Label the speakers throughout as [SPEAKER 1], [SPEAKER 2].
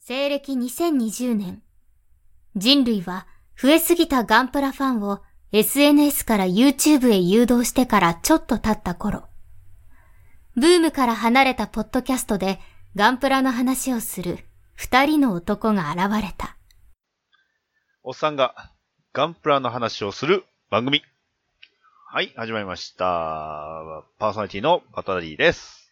[SPEAKER 1] 西暦2020年、人類は増えすぎたガンプラファンを SNS から YouTube へ誘導してからちょっと経った頃、ブームから離れたポッドキャストでガンプラの話をする二人の男が現れた。
[SPEAKER 2] おっさんがガンプラの話をする番組。はい、始まりました。パーソナリティのバタダリーです。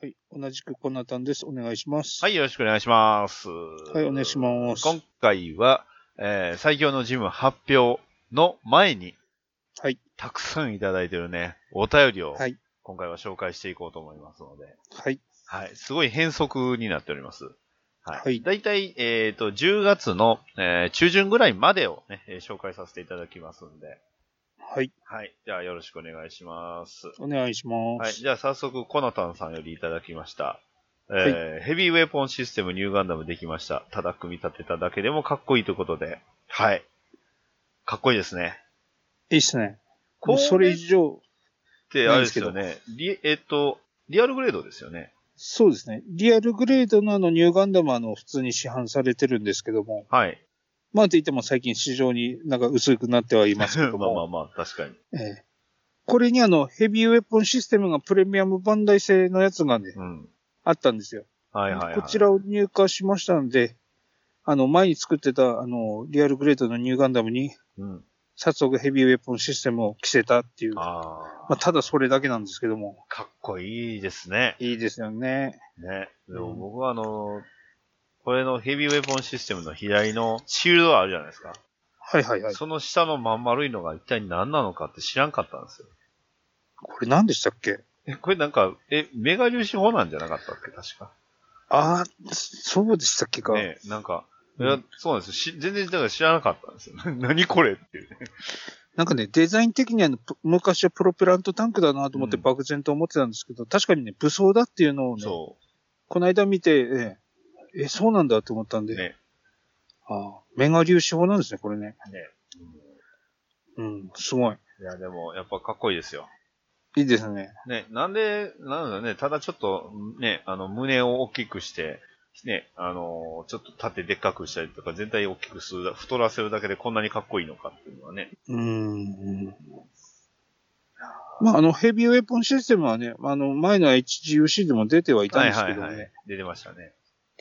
[SPEAKER 3] はい。同じくコナタンです。お願いします。。
[SPEAKER 2] はいい、よろしくお願いします。
[SPEAKER 3] はい、お願いします。
[SPEAKER 2] 今回は、えー最強のジム発表の前に、
[SPEAKER 3] はい。
[SPEAKER 2] たくさんいただいてるね、お便りを、
[SPEAKER 3] はい。
[SPEAKER 2] 今回は紹介していこうと思いますので、
[SPEAKER 3] はい。
[SPEAKER 2] はい、すごい変則になっております。は
[SPEAKER 3] はい
[SPEAKER 2] い。だいたい、えっ、と、10月の、えー中旬ぐらいまでをね、えー紹介させていただきますんで、
[SPEAKER 3] はい。
[SPEAKER 2] はい。じゃあ、よろしくお願いします。
[SPEAKER 3] お願いしま
[SPEAKER 2] はい。
[SPEAKER 3] す。
[SPEAKER 2] じゃあ、早速、コナタンさんよりいただきました。えーヘビーウェポンシステムニューガンダムできました。ただ組み立てただけでもかっこいいということで。はい。かっこいいですね。
[SPEAKER 3] いいっすね。
[SPEAKER 2] こ
[SPEAKER 3] もうそれ以
[SPEAKER 2] っ
[SPEAKER 3] 上、
[SPEAKER 2] てあれですよね。リえっと、リアルグレードですよね。
[SPEAKER 3] そうですね。リアルグレードのあの、ニューガンダムはあの、普通に市販されてるんですけども、
[SPEAKER 2] はい。
[SPEAKER 3] まあといっても最近市場になんか薄くなってはいますけ ど
[SPEAKER 2] まあまあ
[SPEAKER 3] も、
[SPEAKER 2] まあ、確かに。
[SPEAKER 3] ええこれにあの、ヘビーウェポンシステムがプレミアムバンダイ製のやつがね、
[SPEAKER 2] うん。
[SPEAKER 3] あったんですよ。
[SPEAKER 2] はいはい、はい。
[SPEAKER 3] こちらを入荷しましたので、あの、前に作ってたあの、リアルグレードのニューガンダムに、
[SPEAKER 2] うん。
[SPEAKER 3] 早速ヘビーウェポンシステムを着せたっていう、ま
[SPEAKER 2] ああ、
[SPEAKER 3] あ、ただそれだけなんですけども、
[SPEAKER 2] かっこいいですね。
[SPEAKER 3] いいですよね。
[SPEAKER 2] ね。で
[SPEAKER 3] う
[SPEAKER 2] も
[SPEAKER 3] ん
[SPEAKER 2] 僕はあの、これのヘビーウェポンシステムの左のシールドあるじゃないですか。
[SPEAKER 3] はいはいはい。
[SPEAKER 2] その下のまん丸いのが一体何なのかって知らんかったんですよ。
[SPEAKER 3] これ何でしたっけ
[SPEAKER 2] え、これなんか、え、メガ粒子砲なんじゃなかったっけ確か。
[SPEAKER 3] ああ、そうでしたっけか。
[SPEAKER 2] ねなんか、い
[SPEAKER 3] うん
[SPEAKER 2] やそうなんですよ。し全然だから知らなかったんですよ。 何これっていうね。
[SPEAKER 3] なんかね、デザイン的にはあのプ昔はプロペラントタンクだなと思って
[SPEAKER 2] うん
[SPEAKER 3] 漠然と思ってたんですけど、確かにね、武装だっていうのをね、
[SPEAKER 2] そ
[SPEAKER 3] この間見て、えええそうなんだと思ったん
[SPEAKER 2] う。
[SPEAKER 3] で、
[SPEAKER 2] ね。
[SPEAKER 3] ああメガ粒子砲なんですね、これね。
[SPEAKER 2] ね。
[SPEAKER 3] うん、すごい。
[SPEAKER 2] いや、でも、やっぱかっこいいですよ。
[SPEAKER 3] いいですね。
[SPEAKER 2] ね、なんで、なんだね、ただちょっと、ね、あの、胸を大きくして、ね、あのちょっと縦でっかくしたりとか、全体を大きくするだ、太らせるだけでこんなにかっこいいのかっていうのはね。
[SPEAKER 3] うーん。まあ、あの、ヘビーウェポンシステムはね、あの、前の HGUC でも出てはいたんですけどね。
[SPEAKER 2] い。出てましたね。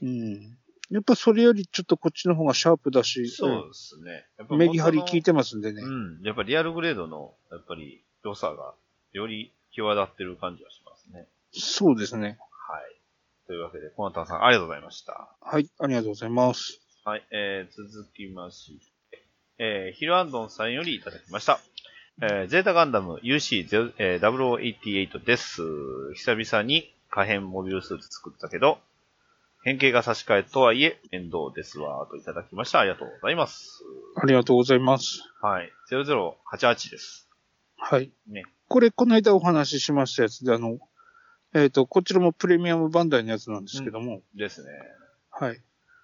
[SPEAKER 3] うん。やっぱそれよりちょっとこっちの方がシャープだし、
[SPEAKER 2] そうですね。やっ
[SPEAKER 3] うんメリハリ効い
[SPEAKER 2] て
[SPEAKER 3] てますんでね。
[SPEAKER 2] うん。やっぱリアルグレードの、やっぱり、良さが、より際立ってる感じはしますね。
[SPEAKER 3] そうですね。
[SPEAKER 2] はい。というわけで、コナタンさん、ありがとうございました。
[SPEAKER 3] はい、ありがとうございます。
[SPEAKER 2] はい、えー、続きまして、えー、ヒルアンドンさんよりいただきました。えー、ゼータガンダム UC0088、えー0088です。久々に可変モビルスーツ作ったけど、変形が差し替えとはいえ、面倒ですわ、といただきました。ありがとうございます。
[SPEAKER 3] ありがとうございます。
[SPEAKER 2] はい、0088です。
[SPEAKER 3] はい。
[SPEAKER 2] ね
[SPEAKER 3] これ、この間お話ししましたやつで、あの、えっ、と、こちらもプレミアムバンダイのやつなんですけども、
[SPEAKER 2] ですね。
[SPEAKER 3] はい。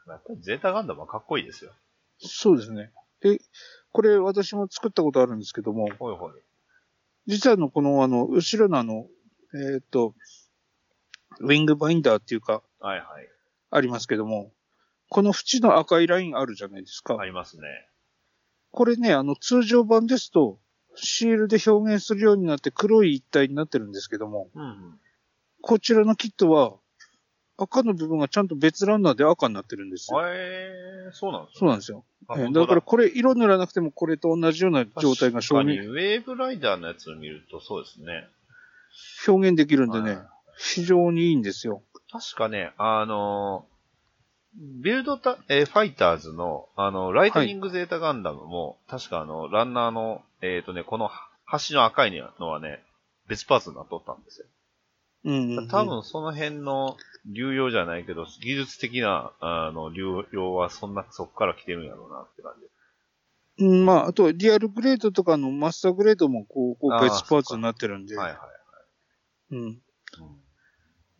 [SPEAKER 2] やっぱりゼータガンダムはかっこいいですよ。
[SPEAKER 3] そうですね。で、これ私も作ったことあるんですけども、
[SPEAKER 2] ほいほい。
[SPEAKER 3] 実はあの、この、あの、後ろのあの、えっ、と、ウィングバインダーっていうか、
[SPEAKER 2] はいはい。
[SPEAKER 3] ありますけども、この縁の赤いラインあるじゃないですか。
[SPEAKER 2] ありますね。
[SPEAKER 3] これね、あの、通常版ですと、シールで表現するようになって黒い一体になってるんですけども、
[SPEAKER 2] うんうん。
[SPEAKER 3] こちらのキットは、赤の部分がちゃんと別ランナーで赤になってるんですよ。
[SPEAKER 2] えー、そうなんです
[SPEAKER 3] そうなん
[SPEAKER 2] です。
[SPEAKER 3] ですよ。
[SPEAKER 2] あ
[SPEAKER 3] え
[SPEAKER 2] 本
[SPEAKER 3] ー
[SPEAKER 2] 当
[SPEAKER 3] だからこれ、色塗らなくてもこれと同じような状態が
[SPEAKER 2] 確か
[SPEAKER 3] 表
[SPEAKER 2] に、
[SPEAKER 3] 現
[SPEAKER 2] ウェーブライダーのやつを見るとそうですね。
[SPEAKER 3] 表現できるんで
[SPEAKER 2] はい
[SPEAKER 3] ね、非常にいいんですよ。
[SPEAKER 2] 確かね、あのー、ビルドタ、えーファイターズの、あの、ライトニングゼータガンダムも、確かあの、ランナーの、えっ、とね、この端の赤いのはね、別パーツになっとったんですよ。
[SPEAKER 3] うんうんうん
[SPEAKER 2] 多分その辺の流用じゃないけど、技術的な、あの、流用はそんな、そこから来てるんやろうなって感じ。
[SPEAKER 3] うん、まあ、あと、リアルグレードとかのマスターグレードも、こう、こ
[SPEAKER 2] あ
[SPEAKER 3] う
[SPEAKER 2] ー
[SPEAKER 3] 別パーツになってるんで。
[SPEAKER 2] はいはい。
[SPEAKER 3] うん。
[SPEAKER 2] うん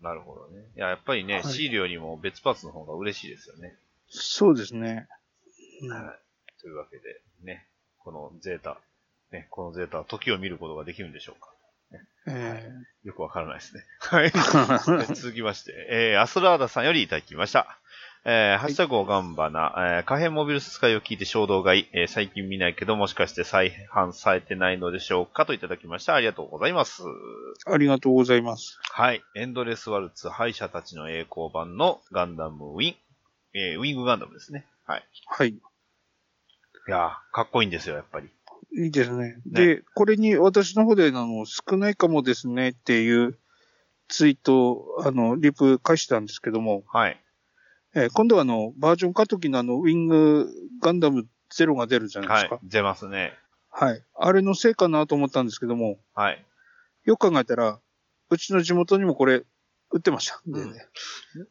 [SPEAKER 2] なるほどね。いや、やっぱりね、
[SPEAKER 3] はい
[SPEAKER 2] シールよりも別パーツの方が嬉しいですよね。
[SPEAKER 3] そうですね。うん
[SPEAKER 2] はい。というわけで、ね、このゼータ、ね、このゼータは時を見ることができるんでしょうか
[SPEAKER 3] え
[SPEAKER 2] よ くわからないですね。はい。
[SPEAKER 3] ー
[SPEAKER 2] 続きまして、えー、アスラーダさんよりいただきました。えーハッシュタグをガンバナ、えー、可変モビルス使いを聞いて衝動買い、えー最近見ないけど、もしかして再販されてないのでしょうかといただきました。ありがとうございます。
[SPEAKER 3] ありがとうございます。
[SPEAKER 2] はい。エンドレスワルツ、敗者たちの栄光版のガンダムウィン、えーウィングガンダムですね。はい。
[SPEAKER 3] はい。
[SPEAKER 2] いやーかっこいいんですよ、やっぱり。
[SPEAKER 3] いいですね。で、これに私の方で、あの、少ないかもですねっていうツイートを、あの、リプ返したんですけども、
[SPEAKER 2] はい。
[SPEAKER 3] えー今度はあの、バージョン化時のあの、ウィングガンダムゼロが出るじゃないで
[SPEAKER 2] は
[SPEAKER 3] す
[SPEAKER 2] い
[SPEAKER 3] か。。
[SPEAKER 2] 出ますね。
[SPEAKER 3] はい。あれのせいかなと思ったんですけども、
[SPEAKER 2] はい。
[SPEAKER 3] よく考えたら、うちの地元にもこれ、売ってましたんでね。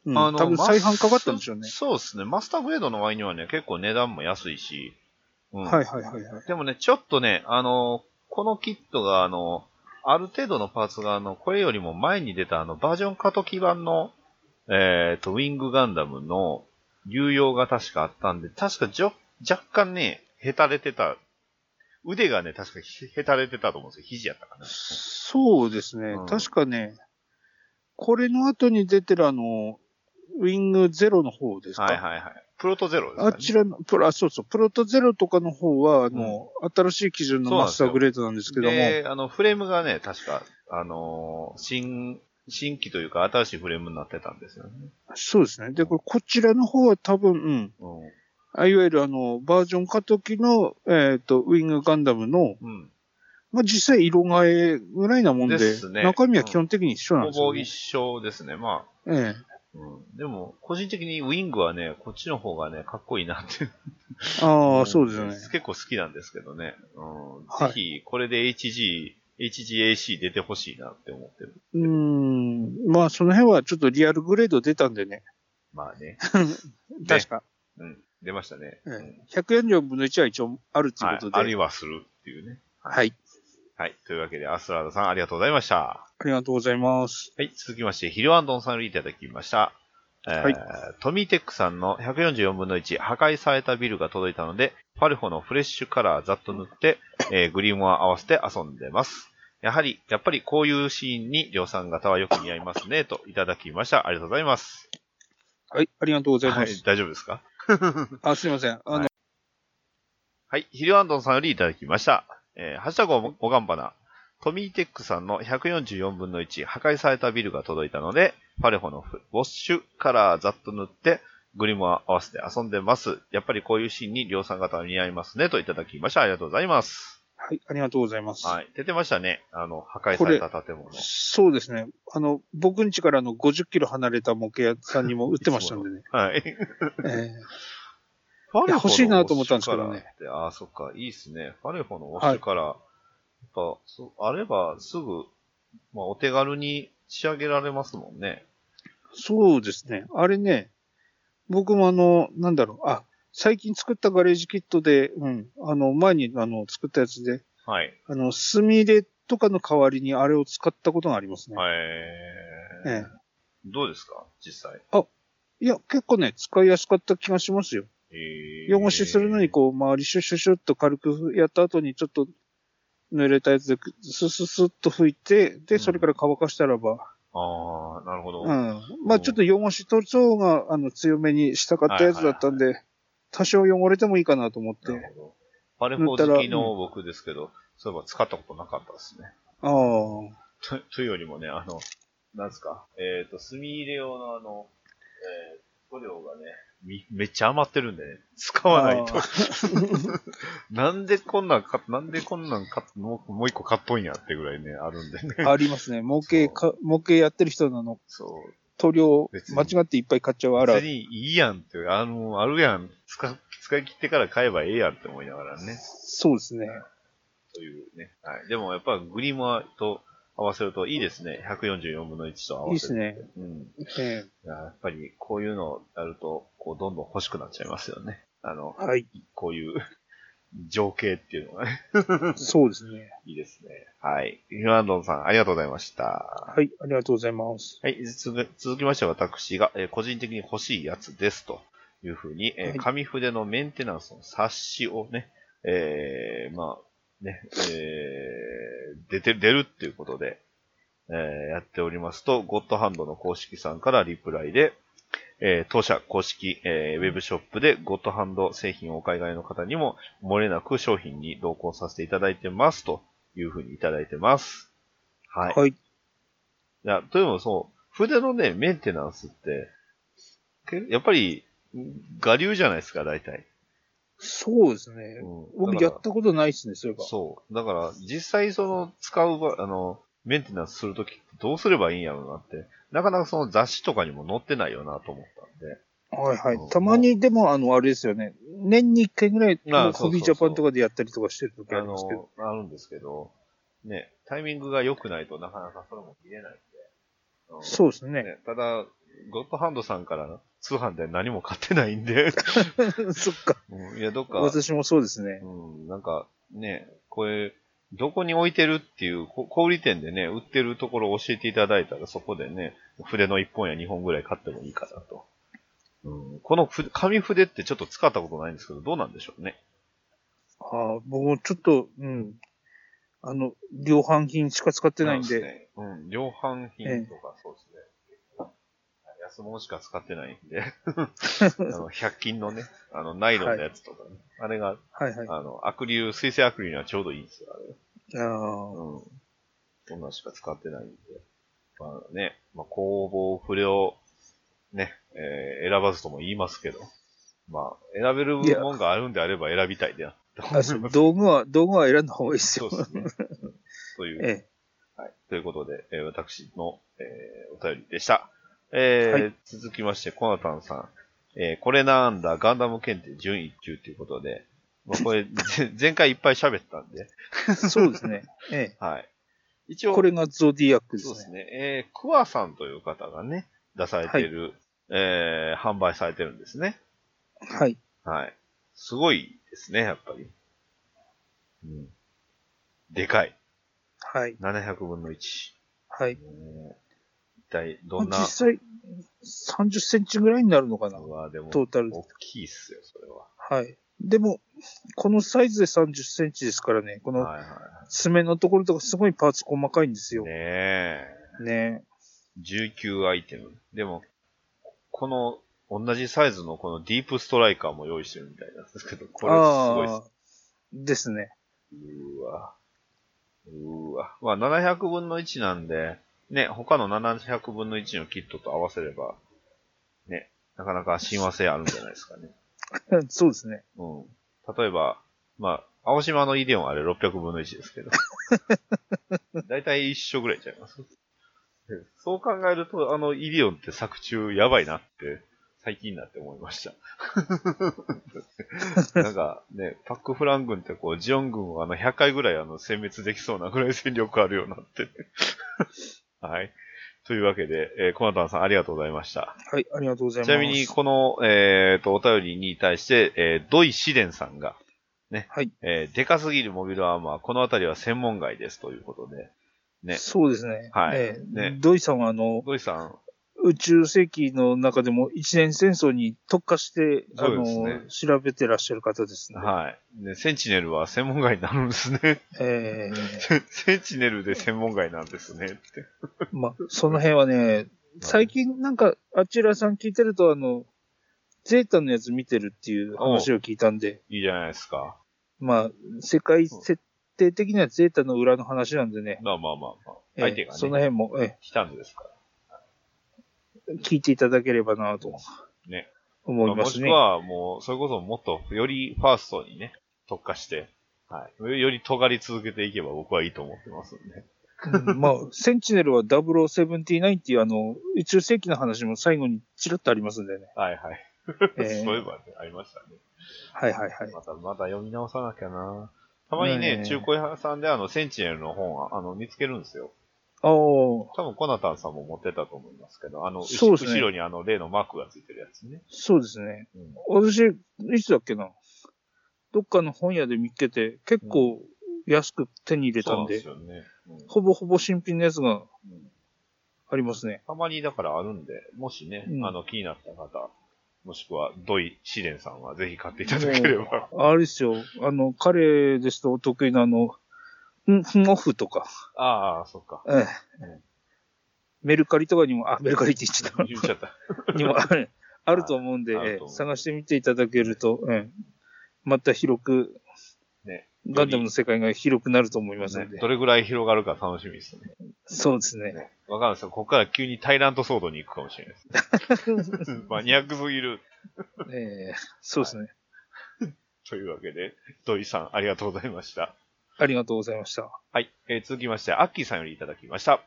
[SPEAKER 3] うん多分再販かかったんでしょうね
[SPEAKER 2] マス。そうですね。マスターグレードのワインにはね、結構値段も安いし。うん、
[SPEAKER 3] はいはいはいはい。
[SPEAKER 2] でもね、ちょっとね、あの、このキットが、あの、ある程度のパーツが、あの、これよりも前に出た、あの、バージョン過渡期版の、えっ、と、ウィングガンダムの流用が確かあったんで、確かじょ、若干ね、へたれてた。腕がね、確かひへたれてたと思うんですよ。肘やったかな。
[SPEAKER 3] そうですね。
[SPEAKER 2] うん
[SPEAKER 3] 確かね、これの後に出てるあの、ウィングゼロの方ですか、
[SPEAKER 2] はいはいはい。プロトゼロですか、ね
[SPEAKER 3] あ。ちらの、プロ、あそうそう、プロトゼロとかの方は、あの、新しい基準のマスターグレードなんですけども、
[SPEAKER 2] で、あの、フレームがね、確か、あのー新、新規というか、新しいフレームになってたんですよね。
[SPEAKER 3] そうですね。で、これ、こちらの方は多分、うん
[SPEAKER 2] う
[SPEAKER 3] あ、いわゆるあの、バージョン化時の、えっ、と、ウィングガンダムの、
[SPEAKER 2] ん。うん。
[SPEAKER 3] まあ、実際色替えぐらいなもんで、
[SPEAKER 2] ですね
[SPEAKER 3] 中身は基本的に一緒なん
[SPEAKER 2] ほ
[SPEAKER 3] ですよ、
[SPEAKER 2] ぼ
[SPEAKER 3] ね
[SPEAKER 2] 一緒ですね。まあ、
[SPEAKER 3] ええ。
[SPEAKER 2] うん。でも、個人的にウィングはね、こっちの方がね、かっこいいなって。
[SPEAKER 3] ああ、そうですよね。
[SPEAKER 2] 結構好きなんですけどね。うん。
[SPEAKER 3] はい
[SPEAKER 2] ぜひ、これで HG、HGAC 出てほしいなって思ってる。
[SPEAKER 3] うーん。まあ、その辺はちょっとリアルグレード出たんでね。
[SPEAKER 2] まあね。
[SPEAKER 3] 確か。
[SPEAKER 2] うん。出ましたね。
[SPEAKER 3] え
[SPEAKER 2] う
[SPEAKER 3] え
[SPEAKER 2] ん。
[SPEAKER 3] 144分の1は一応あるという
[SPEAKER 2] は
[SPEAKER 3] こ
[SPEAKER 2] い
[SPEAKER 3] と。で。
[SPEAKER 2] あるいはするっていうね。
[SPEAKER 3] はい。
[SPEAKER 2] はい。というわけで、アスラードさんありがとうございました。
[SPEAKER 3] ありがとうございます。
[SPEAKER 2] はい、続きまして、ヒルアンドンさんよりいただきました。えー
[SPEAKER 3] はい
[SPEAKER 2] トミーテックさんの144分の1、破壊されたビルが届いたので、ファルホのフレッシュカラーざっと塗って、えーグリーンは合わせて遊んでます。やはり、やっぱりこういうシーンに量産型はよく似合いますね、といただきました。ありがとうございます。
[SPEAKER 3] はい。ありがとうござい
[SPEAKER 2] は
[SPEAKER 3] ま
[SPEAKER 2] い
[SPEAKER 3] す。、
[SPEAKER 2] 大丈夫ですか
[SPEAKER 3] あ、すいません。あの、
[SPEAKER 2] はいはい、ヒルアンドンさんよりいただきました。えー、ハッシュタグおおがんばな。トミーテックさんの144分の1、破壊されたビルが届いたので、パレホのフウォッシュカラーざっと塗って、グリモア合わせて遊んでます。やっぱりこういうシーンに量産型は似合いますね、といただきました。ありがとうございます。
[SPEAKER 3] はい。ありがとうございます。
[SPEAKER 2] はい、出てましたね。あの、破壊された建物。
[SPEAKER 3] そうですね。あの、僕ん家からの50キロ離れた模型屋さんにも売ってましたんでね。
[SPEAKER 2] はい。
[SPEAKER 3] ええ
[SPEAKER 2] ファ
[SPEAKER 3] いや欲しいなと思ったんですけどね
[SPEAKER 2] ウォッシュカラーって。ああ、そっか、いいっすね。ファレホのウォッシュカラー。やっぱ、そうあればすぐ、まあ、お手軽に仕上げられますもんね。
[SPEAKER 3] そうですね。あれね、僕もあの、なんだろう、あ、最近作ったガレージキットで、うん、あの、前にあの、作ったやつで、
[SPEAKER 2] はい。
[SPEAKER 3] あの、墨入れとかの代わりにあれを使ったことがありますね。
[SPEAKER 2] はい。
[SPEAKER 3] ええ
[SPEAKER 2] どうですか実際。
[SPEAKER 3] いや、結構ね、使いやすかった気がしますよ。
[SPEAKER 2] えー
[SPEAKER 3] 汚しするのにこう、周りシュッシュッシュッと軽くやった後にちょっと濡れたやつでスススッと拭いて、
[SPEAKER 2] う
[SPEAKER 3] で、
[SPEAKER 2] ん
[SPEAKER 3] それから乾かしたらば、
[SPEAKER 2] ああ、なるほど。
[SPEAKER 3] う
[SPEAKER 2] はい
[SPEAKER 3] ん。まあちょっと汚し取る層が、あの、強めにしたかったやつだったんで、多少汚れてもいいかなと思って。
[SPEAKER 2] なるほど。パレフォー好きの僕ですけど、そういえば使ったことなかったですね。
[SPEAKER 3] ああ。
[SPEAKER 2] とというよりもね、あの、なんですか、えっ、と、炭入れ用のあの、えー、塗料がね、みめっちゃ余ってるんでね、使わないと
[SPEAKER 3] あ。
[SPEAKER 2] なんでこんなんか、なんでこんなんか、もうもう一個買っとんやってぐらいね、あるんで ね。
[SPEAKER 3] ありますね。模型か、模型やってる人なの、
[SPEAKER 2] そう。
[SPEAKER 3] 塗料
[SPEAKER 2] 別、に
[SPEAKER 3] 間違っていっぱい買っちゃうあら
[SPEAKER 2] 別。にいいやんって、あの、あるやん、使、使い切ってから買えばええやんって思いながらね。
[SPEAKER 3] そうですね。
[SPEAKER 2] というね。はい。でもやっぱグリモアと合わせるといいですね。144分の1と合
[SPEAKER 3] いい
[SPEAKER 2] わ
[SPEAKER 3] で
[SPEAKER 2] せ
[SPEAKER 3] す
[SPEAKER 2] る。
[SPEAKER 3] ね。
[SPEAKER 2] うん。
[SPEAKER 3] え
[SPEAKER 2] いややっぱりこういうのをやると、こうどんどん欲しくなっちゃいますよね。あの
[SPEAKER 3] え、はい。
[SPEAKER 2] こういう情景っていうのがね、
[SPEAKER 3] そうですね。
[SPEAKER 2] いいですね。はい。ヒルアンドンさん、ありがとうございました。
[SPEAKER 3] はい。ありがとうございます。
[SPEAKER 2] はい、続続きまして私が、えー個人的に欲しいやつですというふうに、えー
[SPEAKER 3] はい
[SPEAKER 2] 紙筆のメンテナンスの冊子をね、えーまあ、ね、えー出て、出るっていうことで、えーやっておりますと、ゴッドハンドの公式さんからリプライで、えー当社公式、えーウェブショップでゴッドハンド製品をお買い上げの方にも漏れなく商品に同行させていただいてますというふうにいただいてます。はい。い、
[SPEAKER 3] はい。
[SPEAKER 2] や、というのもそう、筆のね、メンテナンスって、けやっぱり、我流じゃないですか、大体。
[SPEAKER 3] そうですね。
[SPEAKER 2] うん
[SPEAKER 3] 僕
[SPEAKER 2] だ
[SPEAKER 3] や
[SPEAKER 2] から
[SPEAKER 3] ったことないですね、そういえば。
[SPEAKER 2] そう。だから、実際その、使うば、あの、メンテナンスするときってどうすればいいんやろうなって、なかなかその雑誌とかにも載ってないよなと思ったんで。
[SPEAKER 3] はいは
[SPEAKER 2] うん
[SPEAKER 3] い。たまに、でも、あの、あれですよね。年に一回ぐらい、
[SPEAKER 2] ああ
[SPEAKER 3] もう
[SPEAKER 2] そうそうそう
[SPEAKER 3] コビージャパンとかでやったりとかしてる時あ
[SPEAKER 2] あ
[SPEAKER 3] りますけど。
[SPEAKER 2] の、あるんですけど、ね、タイミングが良くないとなかなかそれも見れないんで。うん
[SPEAKER 3] そうですね。
[SPEAKER 2] ね。ただ、ゴッドハンドさんから通販で何も買ってないんで、
[SPEAKER 3] そっか。
[SPEAKER 2] うんいや、どっか、
[SPEAKER 3] 私もそうですね。
[SPEAKER 2] うん、なんかね、これ、どこに置いてるっていう、こ小売店でね、売ってるところを教えていただいたら、そこでね、筆の1本や2本ぐらい買ってもいいかなと。うん、この筆紙筆ってちょっと使ったことないんですけど、どうなんでしょうね。
[SPEAKER 3] ああ、僕もちょっと、うん。あの、量販品しか使ってないん
[SPEAKER 2] そう
[SPEAKER 3] で。
[SPEAKER 2] すね。うん、量販品とかそうですね。安物しか使ってない んで、あの100均のね、あのナイロンのやつとかね、あれが、
[SPEAKER 3] はいはい。あ
[SPEAKER 2] あの、アクリル、水性アクリルにはちょうどいいんですよ、あれ。
[SPEAKER 3] あ。
[SPEAKER 2] うん。そんなんしか使ってないんで。まあね、まあ、工房不良、ね、えー選ばずとも言いますけど、まあ、選べる
[SPEAKER 3] いや
[SPEAKER 2] もんがあるんであれば選びたいでな。
[SPEAKER 3] あそう道具は、道具は選んだ方がいいで す
[SPEAKER 2] そう
[SPEAKER 3] よ。
[SPEAKER 2] ですね。うんという、
[SPEAKER 3] え
[SPEAKER 2] はい。ということで、えー私の、えーお便りでした。えー
[SPEAKER 3] はい
[SPEAKER 2] 続きまして、コナタンさん。えーこれなんだ、ガンダム検定準一級ということで、まあ、これ、 ぜ前回いっぱい喋ったんで、
[SPEAKER 3] え。そうですね。ええ。
[SPEAKER 2] はい。一応
[SPEAKER 3] こ、れがゾディアックで
[SPEAKER 2] そうですす
[SPEAKER 3] ね。
[SPEAKER 2] ね。えー、クワさんという方がね、出されている、えー、販売されてるんですね。
[SPEAKER 3] はい。
[SPEAKER 2] はい。すごいですね、やっぱり。うん。でかい。
[SPEAKER 3] はい。
[SPEAKER 2] 700分の1。
[SPEAKER 3] はい。
[SPEAKER 2] ね一体どんな
[SPEAKER 3] 実際、30センチぐらいになるのかな
[SPEAKER 2] うわでも、
[SPEAKER 3] トータルで
[SPEAKER 2] 大きいっすよ、それは。
[SPEAKER 3] はい。でも、このサイズで30センチですからね、この
[SPEAKER 2] はいは
[SPEAKER 3] 爪のところとかすごいパーツ細かいんです
[SPEAKER 2] い。
[SPEAKER 3] よ。
[SPEAKER 2] ね
[SPEAKER 3] ね
[SPEAKER 2] え。19アイテム。でも、この、同じサイズのこのディープストライカーも用意してるみたいなんですけど、これすごいっすね
[SPEAKER 3] ああですね。
[SPEAKER 2] うーわ。うーわ。まあ、700分の1なんで、ね、他の700分の1のキットと合わせれば、ね、なかなか親和性あるんじゃないですかね。
[SPEAKER 3] そうですね。
[SPEAKER 2] うん。例えば、まあ、青島のイデオンあれ600分の1ですけど。だいたい一緒ぐらいちゃいます。でそう考えると、あのイデオンって作中やばいなって、最近になって思いました。なんかね、パックフラン軍ってこう、ジオン軍をあの100回ぐらいあの殲滅できそうなぐらい戦力あるようになって、はい。というわけで、えーコナタンさんありがとうございました。
[SPEAKER 3] はい、ありがとうございます。
[SPEAKER 2] ちなみに、この、えっ、と、お便りに対して、えードイシデンさんが、ね、
[SPEAKER 3] はい
[SPEAKER 2] えーでかすぎるモビルアーマー、この辺りは専門外ですということで、ね
[SPEAKER 3] そうですね。
[SPEAKER 2] はい
[SPEAKER 3] ええ
[SPEAKER 2] ね
[SPEAKER 3] ドイさんは、あの、
[SPEAKER 2] ドイさん、
[SPEAKER 3] 宇宙世紀の中でも一年戦争に特化して、あ
[SPEAKER 2] そう
[SPEAKER 3] の、
[SPEAKER 2] ですね
[SPEAKER 3] 調べてらっしゃる方ですね。
[SPEAKER 2] はい、ね、センチネルは専門外になるんですね。
[SPEAKER 3] え
[SPEAKER 2] センチネルで専門外なんですね、って。
[SPEAKER 3] えまあ、その辺はね、最近なんか、あちらさん聞いてると、あの、ゼータのやつ見てるっていう話を聞いたんで、
[SPEAKER 2] いいじゃないですか。
[SPEAKER 3] まあ、世界設定的にはゼータの裏の話なんでね、
[SPEAKER 2] まあまあまあまあ、
[SPEAKER 3] ええ
[SPEAKER 2] 相手がね、
[SPEAKER 3] その辺も、え
[SPEAKER 2] 来たんですから。
[SPEAKER 3] え聞いていただければなと
[SPEAKER 2] ね。
[SPEAKER 3] 思い
[SPEAKER 2] まあ
[SPEAKER 3] ま
[SPEAKER 2] も
[SPEAKER 3] す
[SPEAKER 2] し
[SPEAKER 3] ね。
[SPEAKER 2] くは、もう、それこそもっと、よりファーストにね、特化して、はい。よより尖り続けていけば僕はいいと思ってますんで。
[SPEAKER 3] うん まあ、センチネルは0079っていう、あの、宇宙世紀の話も最後にちらっとありますんでね。
[SPEAKER 2] はいはい。
[SPEAKER 3] え え
[SPEAKER 2] そういえばね、ありましたね。
[SPEAKER 3] はいはいはい。
[SPEAKER 2] また、また読み直さなきゃな。たまにね、
[SPEAKER 3] ねえ
[SPEAKER 2] 中古屋さんであの、センチネルの本は、あの、見つけるんですよ。
[SPEAKER 3] ああ、
[SPEAKER 2] 多分、コナタンさんも持ってたと思いますけど、あの、うし
[SPEAKER 3] そうですね
[SPEAKER 2] 後ろにあの、例のマークがついてるやつね。
[SPEAKER 3] そうですね。
[SPEAKER 2] うん
[SPEAKER 3] 私、いつだっけな。どっかの本屋で見つけて、結構安く手に入れ
[SPEAKER 2] そう
[SPEAKER 3] た
[SPEAKER 2] なん
[SPEAKER 3] ん
[SPEAKER 2] で
[SPEAKER 3] で、
[SPEAKER 2] すよね。うん
[SPEAKER 3] ほぼほぼ新品のやつが
[SPEAKER 2] うん
[SPEAKER 3] ありますね。
[SPEAKER 2] たまにだからあるんで、もしね、
[SPEAKER 3] うん
[SPEAKER 2] あの、気になった方、もしくは、ドイ・シデンさんはぜひ買っていただけれ ば。
[SPEAKER 3] あれですよ、あの、彼ですとお得意なあの、んふんオフとか、
[SPEAKER 2] ああ、そっか。
[SPEAKER 3] ええ
[SPEAKER 2] うん
[SPEAKER 3] メルカリとかにも、あ、メルカリって言っちゃっ
[SPEAKER 2] 言っちゃった。
[SPEAKER 3] た。にも、あれあると思うんで、
[SPEAKER 2] はいあると思う
[SPEAKER 3] 探してみていただけると、うんまた広く、
[SPEAKER 2] ね
[SPEAKER 3] ガンダムの世界が広くなると思いますので。
[SPEAKER 2] ねどれぐらい広がるか楽しみですね。
[SPEAKER 3] そうですね。
[SPEAKER 2] わかんないですよ。ここから急にタイラントソードに行くかもしれないです。 マニアックすぎる。
[SPEAKER 3] えーそうですね、
[SPEAKER 2] というわけで、土井さん、ありがとうございました。
[SPEAKER 3] ありがとうございました。
[SPEAKER 2] はい。えー続きまして、アッキーさんよりいただきました。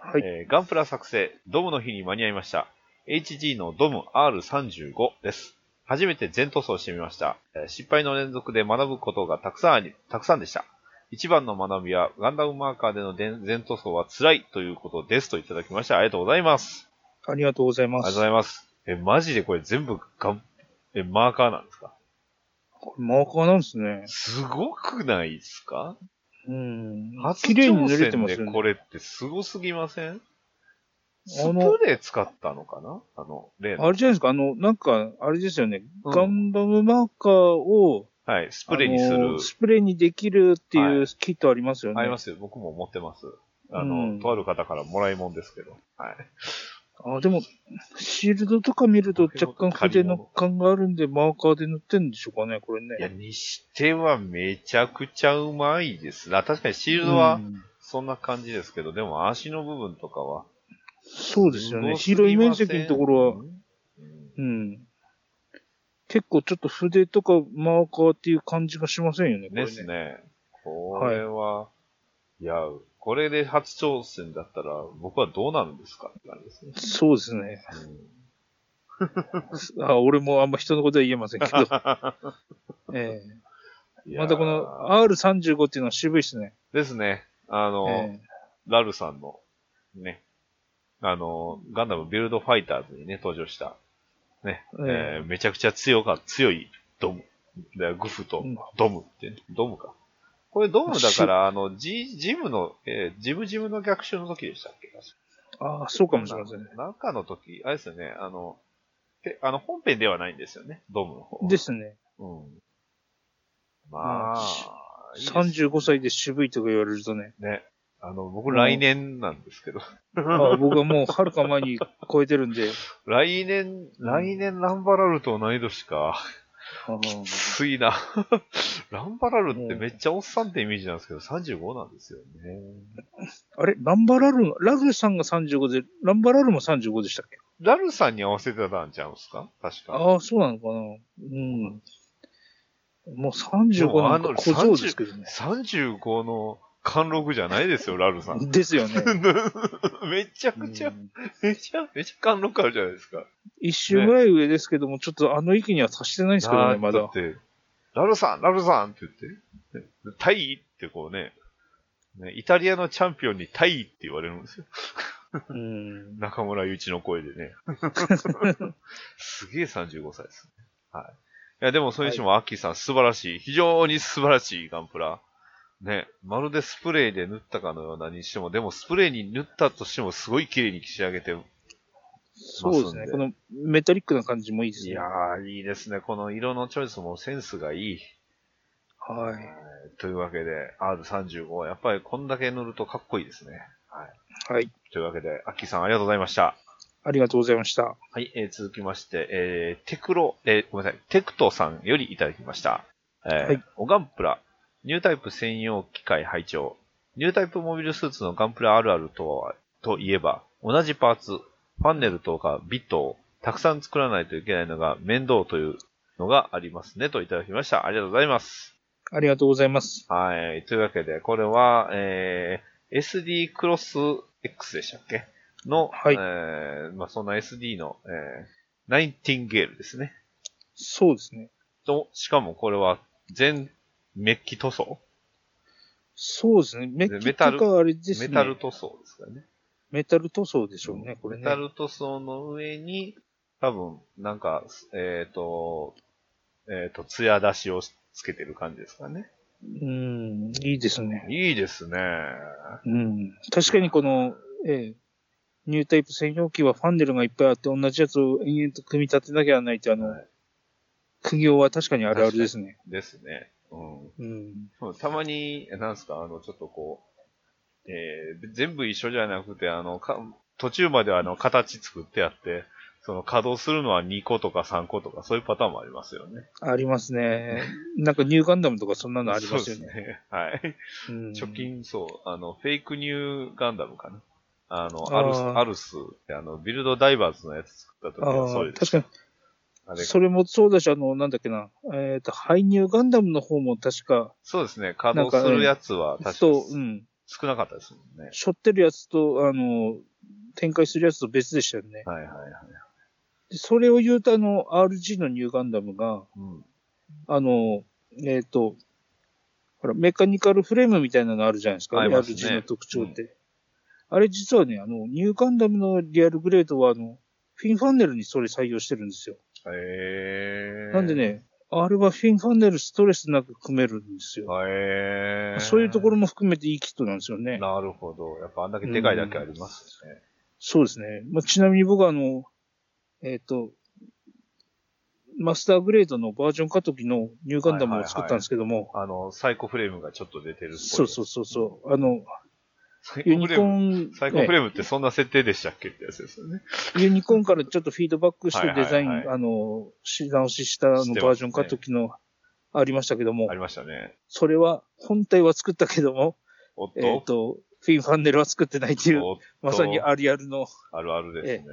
[SPEAKER 3] はい。
[SPEAKER 2] えーガンプラ作成、ドムの日に間に合いました。HG のドム R35 です。初めて全塗装してみました。えー失敗の連続で学ぶことがたくさんあり、たくさんでした。一番の学びは、ガンダムマーカーでの全全塗装は辛いということですといただきました。ありがとうございます。
[SPEAKER 3] ありがとうござい
[SPEAKER 2] あり
[SPEAKER 3] ま
[SPEAKER 2] がとう
[SPEAKER 3] す。
[SPEAKER 2] ございます。え、マジでこれ全部ガン、え、マーカーなんですか
[SPEAKER 3] これマーカーなんですね。
[SPEAKER 2] すごくないですか
[SPEAKER 3] うん。
[SPEAKER 2] 初
[SPEAKER 3] 綺麗に
[SPEAKER 2] 挑
[SPEAKER 3] 塗れて
[SPEAKER 2] 戦
[SPEAKER 3] ます
[SPEAKER 2] で
[SPEAKER 3] よ
[SPEAKER 2] こ
[SPEAKER 3] ね。
[SPEAKER 2] れってすごすぎませんス
[SPEAKER 3] あ
[SPEAKER 2] プ
[SPEAKER 3] の
[SPEAKER 2] レー使ったのかなあの、例の
[SPEAKER 3] あれじゃないですか、あの、なんか、あれですよね、
[SPEAKER 2] うん
[SPEAKER 3] ガンダムマーカーを、
[SPEAKER 2] はい、スプレーにす
[SPEAKER 3] あ
[SPEAKER 2] る。
[SPEAKER 3] のスプレーにできるってい
[SPEAKER 2] は
[SPEAKER 3] うキットありますよね。
[SPEAKER 2] ありますよ。僕も持ってます。あの、
[SPEAKER 3] うん
[SPEAKER 2] とある方からもらいもんですけど。はい。
[SPEAKER 3] あ、でも、シールドとか見ると若干固定の感があるんで、マーカーで塗ってんでしょうかね、これね。
[SPEAKER 2] いや、にしてはめちゃくちゃうまいですな。確かにシールドは
[SPEAKER 3] うん
[SPEAKER 2] そんな感じですけど、でも足の部分とかは。
[SPEAKER 3] そうですよね。
[SPEAKER 2] すご
[SPEAKER 3] 広
[SPEAKER 2] すぎ
[SPEAKER 3] い
[SPEAKER 2] ま
[SPEAKER 3] 面
[SPEAKER 2] せん
[SPEAKER 3] 積のところは、、
[SPEAKER 2] うん
[SPEAKER 3] うん。結構ちょっと筆とかマーカーっていう感じがしませんよね、これ
[SPEAKER 2] で
[SPEAKER 3] ね。
[SPEAKER 2] すね。これは、い、や、これで初挑戦だったら、僕はどうなるんですかって感じですね。
[SPEAKER 3] そうですね。
[SPEAKER 2] うん
[SPEAKER 3] あ、俺もあんま人のことは言えませんけ ど。え
[SPEAKER 2] い
[SPEAKER 3] え
[SPEAKER 2] や
[SPEAKER 3] またこの R35 っていうのは渋いですね。
[SPEAKER 2] ですね。あの、
[SPEAKER 3] え
[SPEAKER 2] ラルさんの、ね、あの、ガンダムビルドファイターズにね、登場した、ね、え
[SPEAKER 3] え
[SPEAKER 2] ーめちゃくちゃ強か、強いドム。でグフと
[SPEAKER 3] うん
[SPEAKER 2] ドムって、ドムか。これドムだ
[SPEAKER 3] し
[SPEAKER 2] から、あの、ジジムの、えージムジムの逆襲の時でしたっけ確か
[SPEAKER 3] えああ、そうかもしれませんね。
[SPEAKER 2] なんかの時、あれですよね、あの、てあの本編ではないんですよね、ドームの方。
[SPEAKER 3] で、すね。
[SPEAKER 2] うん。まあ、いいです
[SPEAKER 3] 35歳で渋いとか言われるとね。
[SPEAKER 2] ね。あの、僕来年なんですけど、
[SPEAKER 3] ああ僕はもうはるか前に超えてるんで。
[SPEAKER 2] 来年、来年ランバラルと同い年か。
[SPEAKER 3] ああ
[SPEAKER 2] ついな。ランバラルってめっちゃおっさんってイメージなんですけど、35なんですよね。
[SPEAKER 3] あれランバラルン、ラルさんが35で、ランバラルンも35でしたっけ
[SPEAKER 2] ラルさんに合わせてたんちゃうんすか確か。
[SPEAKER 3] ああ、そうなのかな。うん。もう35なんか小僧ですけどね。
[SPEAKER 2] 35の貫禄じゃないですよ、ラルさん。
[SPEAKER 3] ですよね。
[SPEAKER 2] めちゃ
[SPEAKER 3] う
[SPEAKER 2] くちゃ、
[SPEAKER 3] ん
[SPEAKER 2] めちゃめちゃ貫禄あるじゃないですか。
[SPEAKER 3] 一周ぐらい上ですけども、ちょっとあの域には達してないんですけど
[SPEAKER 2] あ
[SPEAKER 3] ね、
[SPEAKER 2] ー
[SPEAKER 3] まだ。
[SPEAKER 2] って、ラルさん、ラルさんって言って、ねタイってこうね、ねイタリアのチャンピオンにタイって言われるんですよ。
[SPEAKER 3] うん。
[SPEAKER 2] 中村ゆうちの声で ね。すげえ35歳ですね。はい。いや、でもそれにしても、アッキーさん素晴らしい。非常に素晴らしいガンプラ。ね。まるでスプレーで塗ったかのようなにしても、でもスプレーに塗ったとしてもすごい綺麗に仕上げて
[SPEAKER 3] そうですね。このメタリックな感じもいいです
[SPEAKER 2] い
[SPEAKER 3] ね。
[SPEAKER 2] や
[SPEAKER 3] は
[SPEAKER 2] ー、いいですね。この色のチョイスもセンスがいい。
[SPEAKER 3] い。
[SPEAKER 2] というわけで、R35 はやっぱりこんだけ塗るとかっこいいですね。はい。
[SPEAKER 3] はい。
[SPEAKER 2] というわけで、アッキーさんありがとうございました。
[SPEAKER 3] ありがとうございました。
[SPEAKER 2] はい、えー続きまして、えーテクロ、えーごめんなさい、テクトさんよりいただきました。えー
[SPEAKER 3] はい
[SPEAKER 2] おガンプラ、ニュータイプ専用機械拝聴ニュータイプモビルスーツのガンプラあるあるとは、といえば、同じパーツ、ファンネルとかビットをたくさん作らないといけないのが面倒というのがありますね、といただきました。ありがとうございます。
[SPEAKER 3] ありがとうございます。
[SPEAKER 2] はい。というわけで、これは、えー、SD クロス X でしたっけの、
[SPEAKER 3] はい
[SPEAKER 2] えー、まあ、そんな SD の、えー、ナインティンゲールですね。
[SPEAKER 3] そうですね。
[SPEAKER 2] と、しかもこれは、全メッキ塗装
[SPEAKER 3] そうですね。メッキ
[SPEAKER 2] メ
[SPEAKER 3] と
[SPEAKER 2] タル
[SPEAKER 3] かあれですね。
[SPEAKER 2] メタル塗装ですかね。
[SPEAKER 3] メタル塗装でしょうね、これね。
[SPEAKER 2] メタル塗装の上に、多分、なんか、えっ、と、えっ、と、艶出しをつけてる感じですかね。
[SPEAKER 3] うん、いいですね。
[SPEAKER 2] いいですね。
[SPEAKER 3] うん。確かにこの、ええニュータイプ専用機はファンネルがいっぱいあって、同じやつを延々と組み立てなきゃならないって、あの、
[SPEAKER 2] はい
[SPEAKER 3] 苦行は確かにあるあるですね。
[SPEAKER 2] ですね。うん。
[SPEAKER 3] うん。
[SPEAKER 2] そうたまに、なんすか、あの、ちょっとこう、えー全部一緒じゃなくて、あの、か途中まではあの、形作ってあって、その稼働するのは2個とか3個とかそういうパターンもありますよね。
[SPEAKER 3] ありますね。なんかニューガンダムとかそんなのありますよ
[SPEAKER 2] そうで
[SPEAKER 3] ね。
[SPEAKER 2] ね。 はい。
[SPEAKER 3] うん
[SPEAKER 2] 直近、そう、あの、フェイクニューガンダムかな。あの、アルス、
[SPEAKER 3] あー
[SPEAKER 2] アルスってあの、ビルドダイバーズのやつ作った時
[SPEAKER 3] あ
[SPEAKER 2] はそ
[SPEAKER 3] あ
[SPEAKER 2] れ、で
[SPEAKER 3] 確
[SPEAKER 2] す。
[SPEAKER 3] か
[SPEAKER 2] あ
[SPEAKER 3] に、
[SPEAKER 2] れ
[SPEAKER 3] それもそうだし、あの、なんだっけな、えっ、と、ハイニューガンダムの方も確か、
[SPEAKER 2] そうですね。稼働するやつは確か
[SPEAKER 3] そう、う
[SPEAKER 2] に
[SPEAKER 3] ん、
[SPEAKER 2] 少なかったですもんね。
[SPEAKER 3] 背負ってるやつと、あの、展開するやつと別でしたよね。
[SPEAKER 2] はいはいはい。
[SPEAKER 3] でそれを言うと、あの、RG のニューガンダムが、
[SPEAKER 2] うん。
[SPEAKER 3] あの、えっ、と、ほら、メカニカルフレームみたいなのあるじゃないですか、
[SPEAKER 2] ありますね
[SPEAKER 3] RG の特徴って。あれ実はね、あの、ニューガンダムのリアルグレードは、あの、フィンファンネルにそれ採用してるんですよ。
[SPEAKER 2] へえ。
[SPEAKER 3] なんで。ね、あれはフィンファンネルストレスなく組めるんですよ。
[SPEAKER 2] へえ。
[SPEAKER 3] そういうところも含めていいキットなんですよね。
[SPEAKER 2] なるほど。やっぱあんだけでかいだけありますね。
[SPEAKER 3] そうですね。まあ、ちなみに僕はあの、えっ、と、マスターグレードのバージョン化時のニューガンダムを作ったんですけども、
[SPEAKER 2] あの、サイコフレームがちょっと出てるっぽい。。
[SPEAKER 3] そうそううそうそう、あの、
[SPEAKER 2] サイコ
[SPEAKER 3] ユニ
[SPEAKER 2] フレ
[SPEAKER 3] コ
[SPEAKER 2] ーム。
[SPEAKER 3] ーン、
[SPEAKER 2] サイコフレ
[SPEAKER 3] え
[SPEAKER 2] ームってそんな設定でしたっけってやつですよね。
[SPEAKER 3] えユニコーンからちょっとフィードバックしてデザイン、
[SPEAKER 2] はいはいは
[SPEAKER 3] あの、し直ししたあの
[SPEAKER 2] 知ってますね
[SPEAKER 3] バージョン化時の、ありましたけども
[SPEAKER 2] あ、りましたね。
[SPEAKER 3] それは本体は作ったけども、
[SPEAKER 2] おっと、
[SPEAKER 3] えっ、と、フィンファンネルは作ってないっていう、
[SPEAKER 2] おっと
[SPEAKER 3] まさにありあるの
[SPEAKER 2] あるあるですね。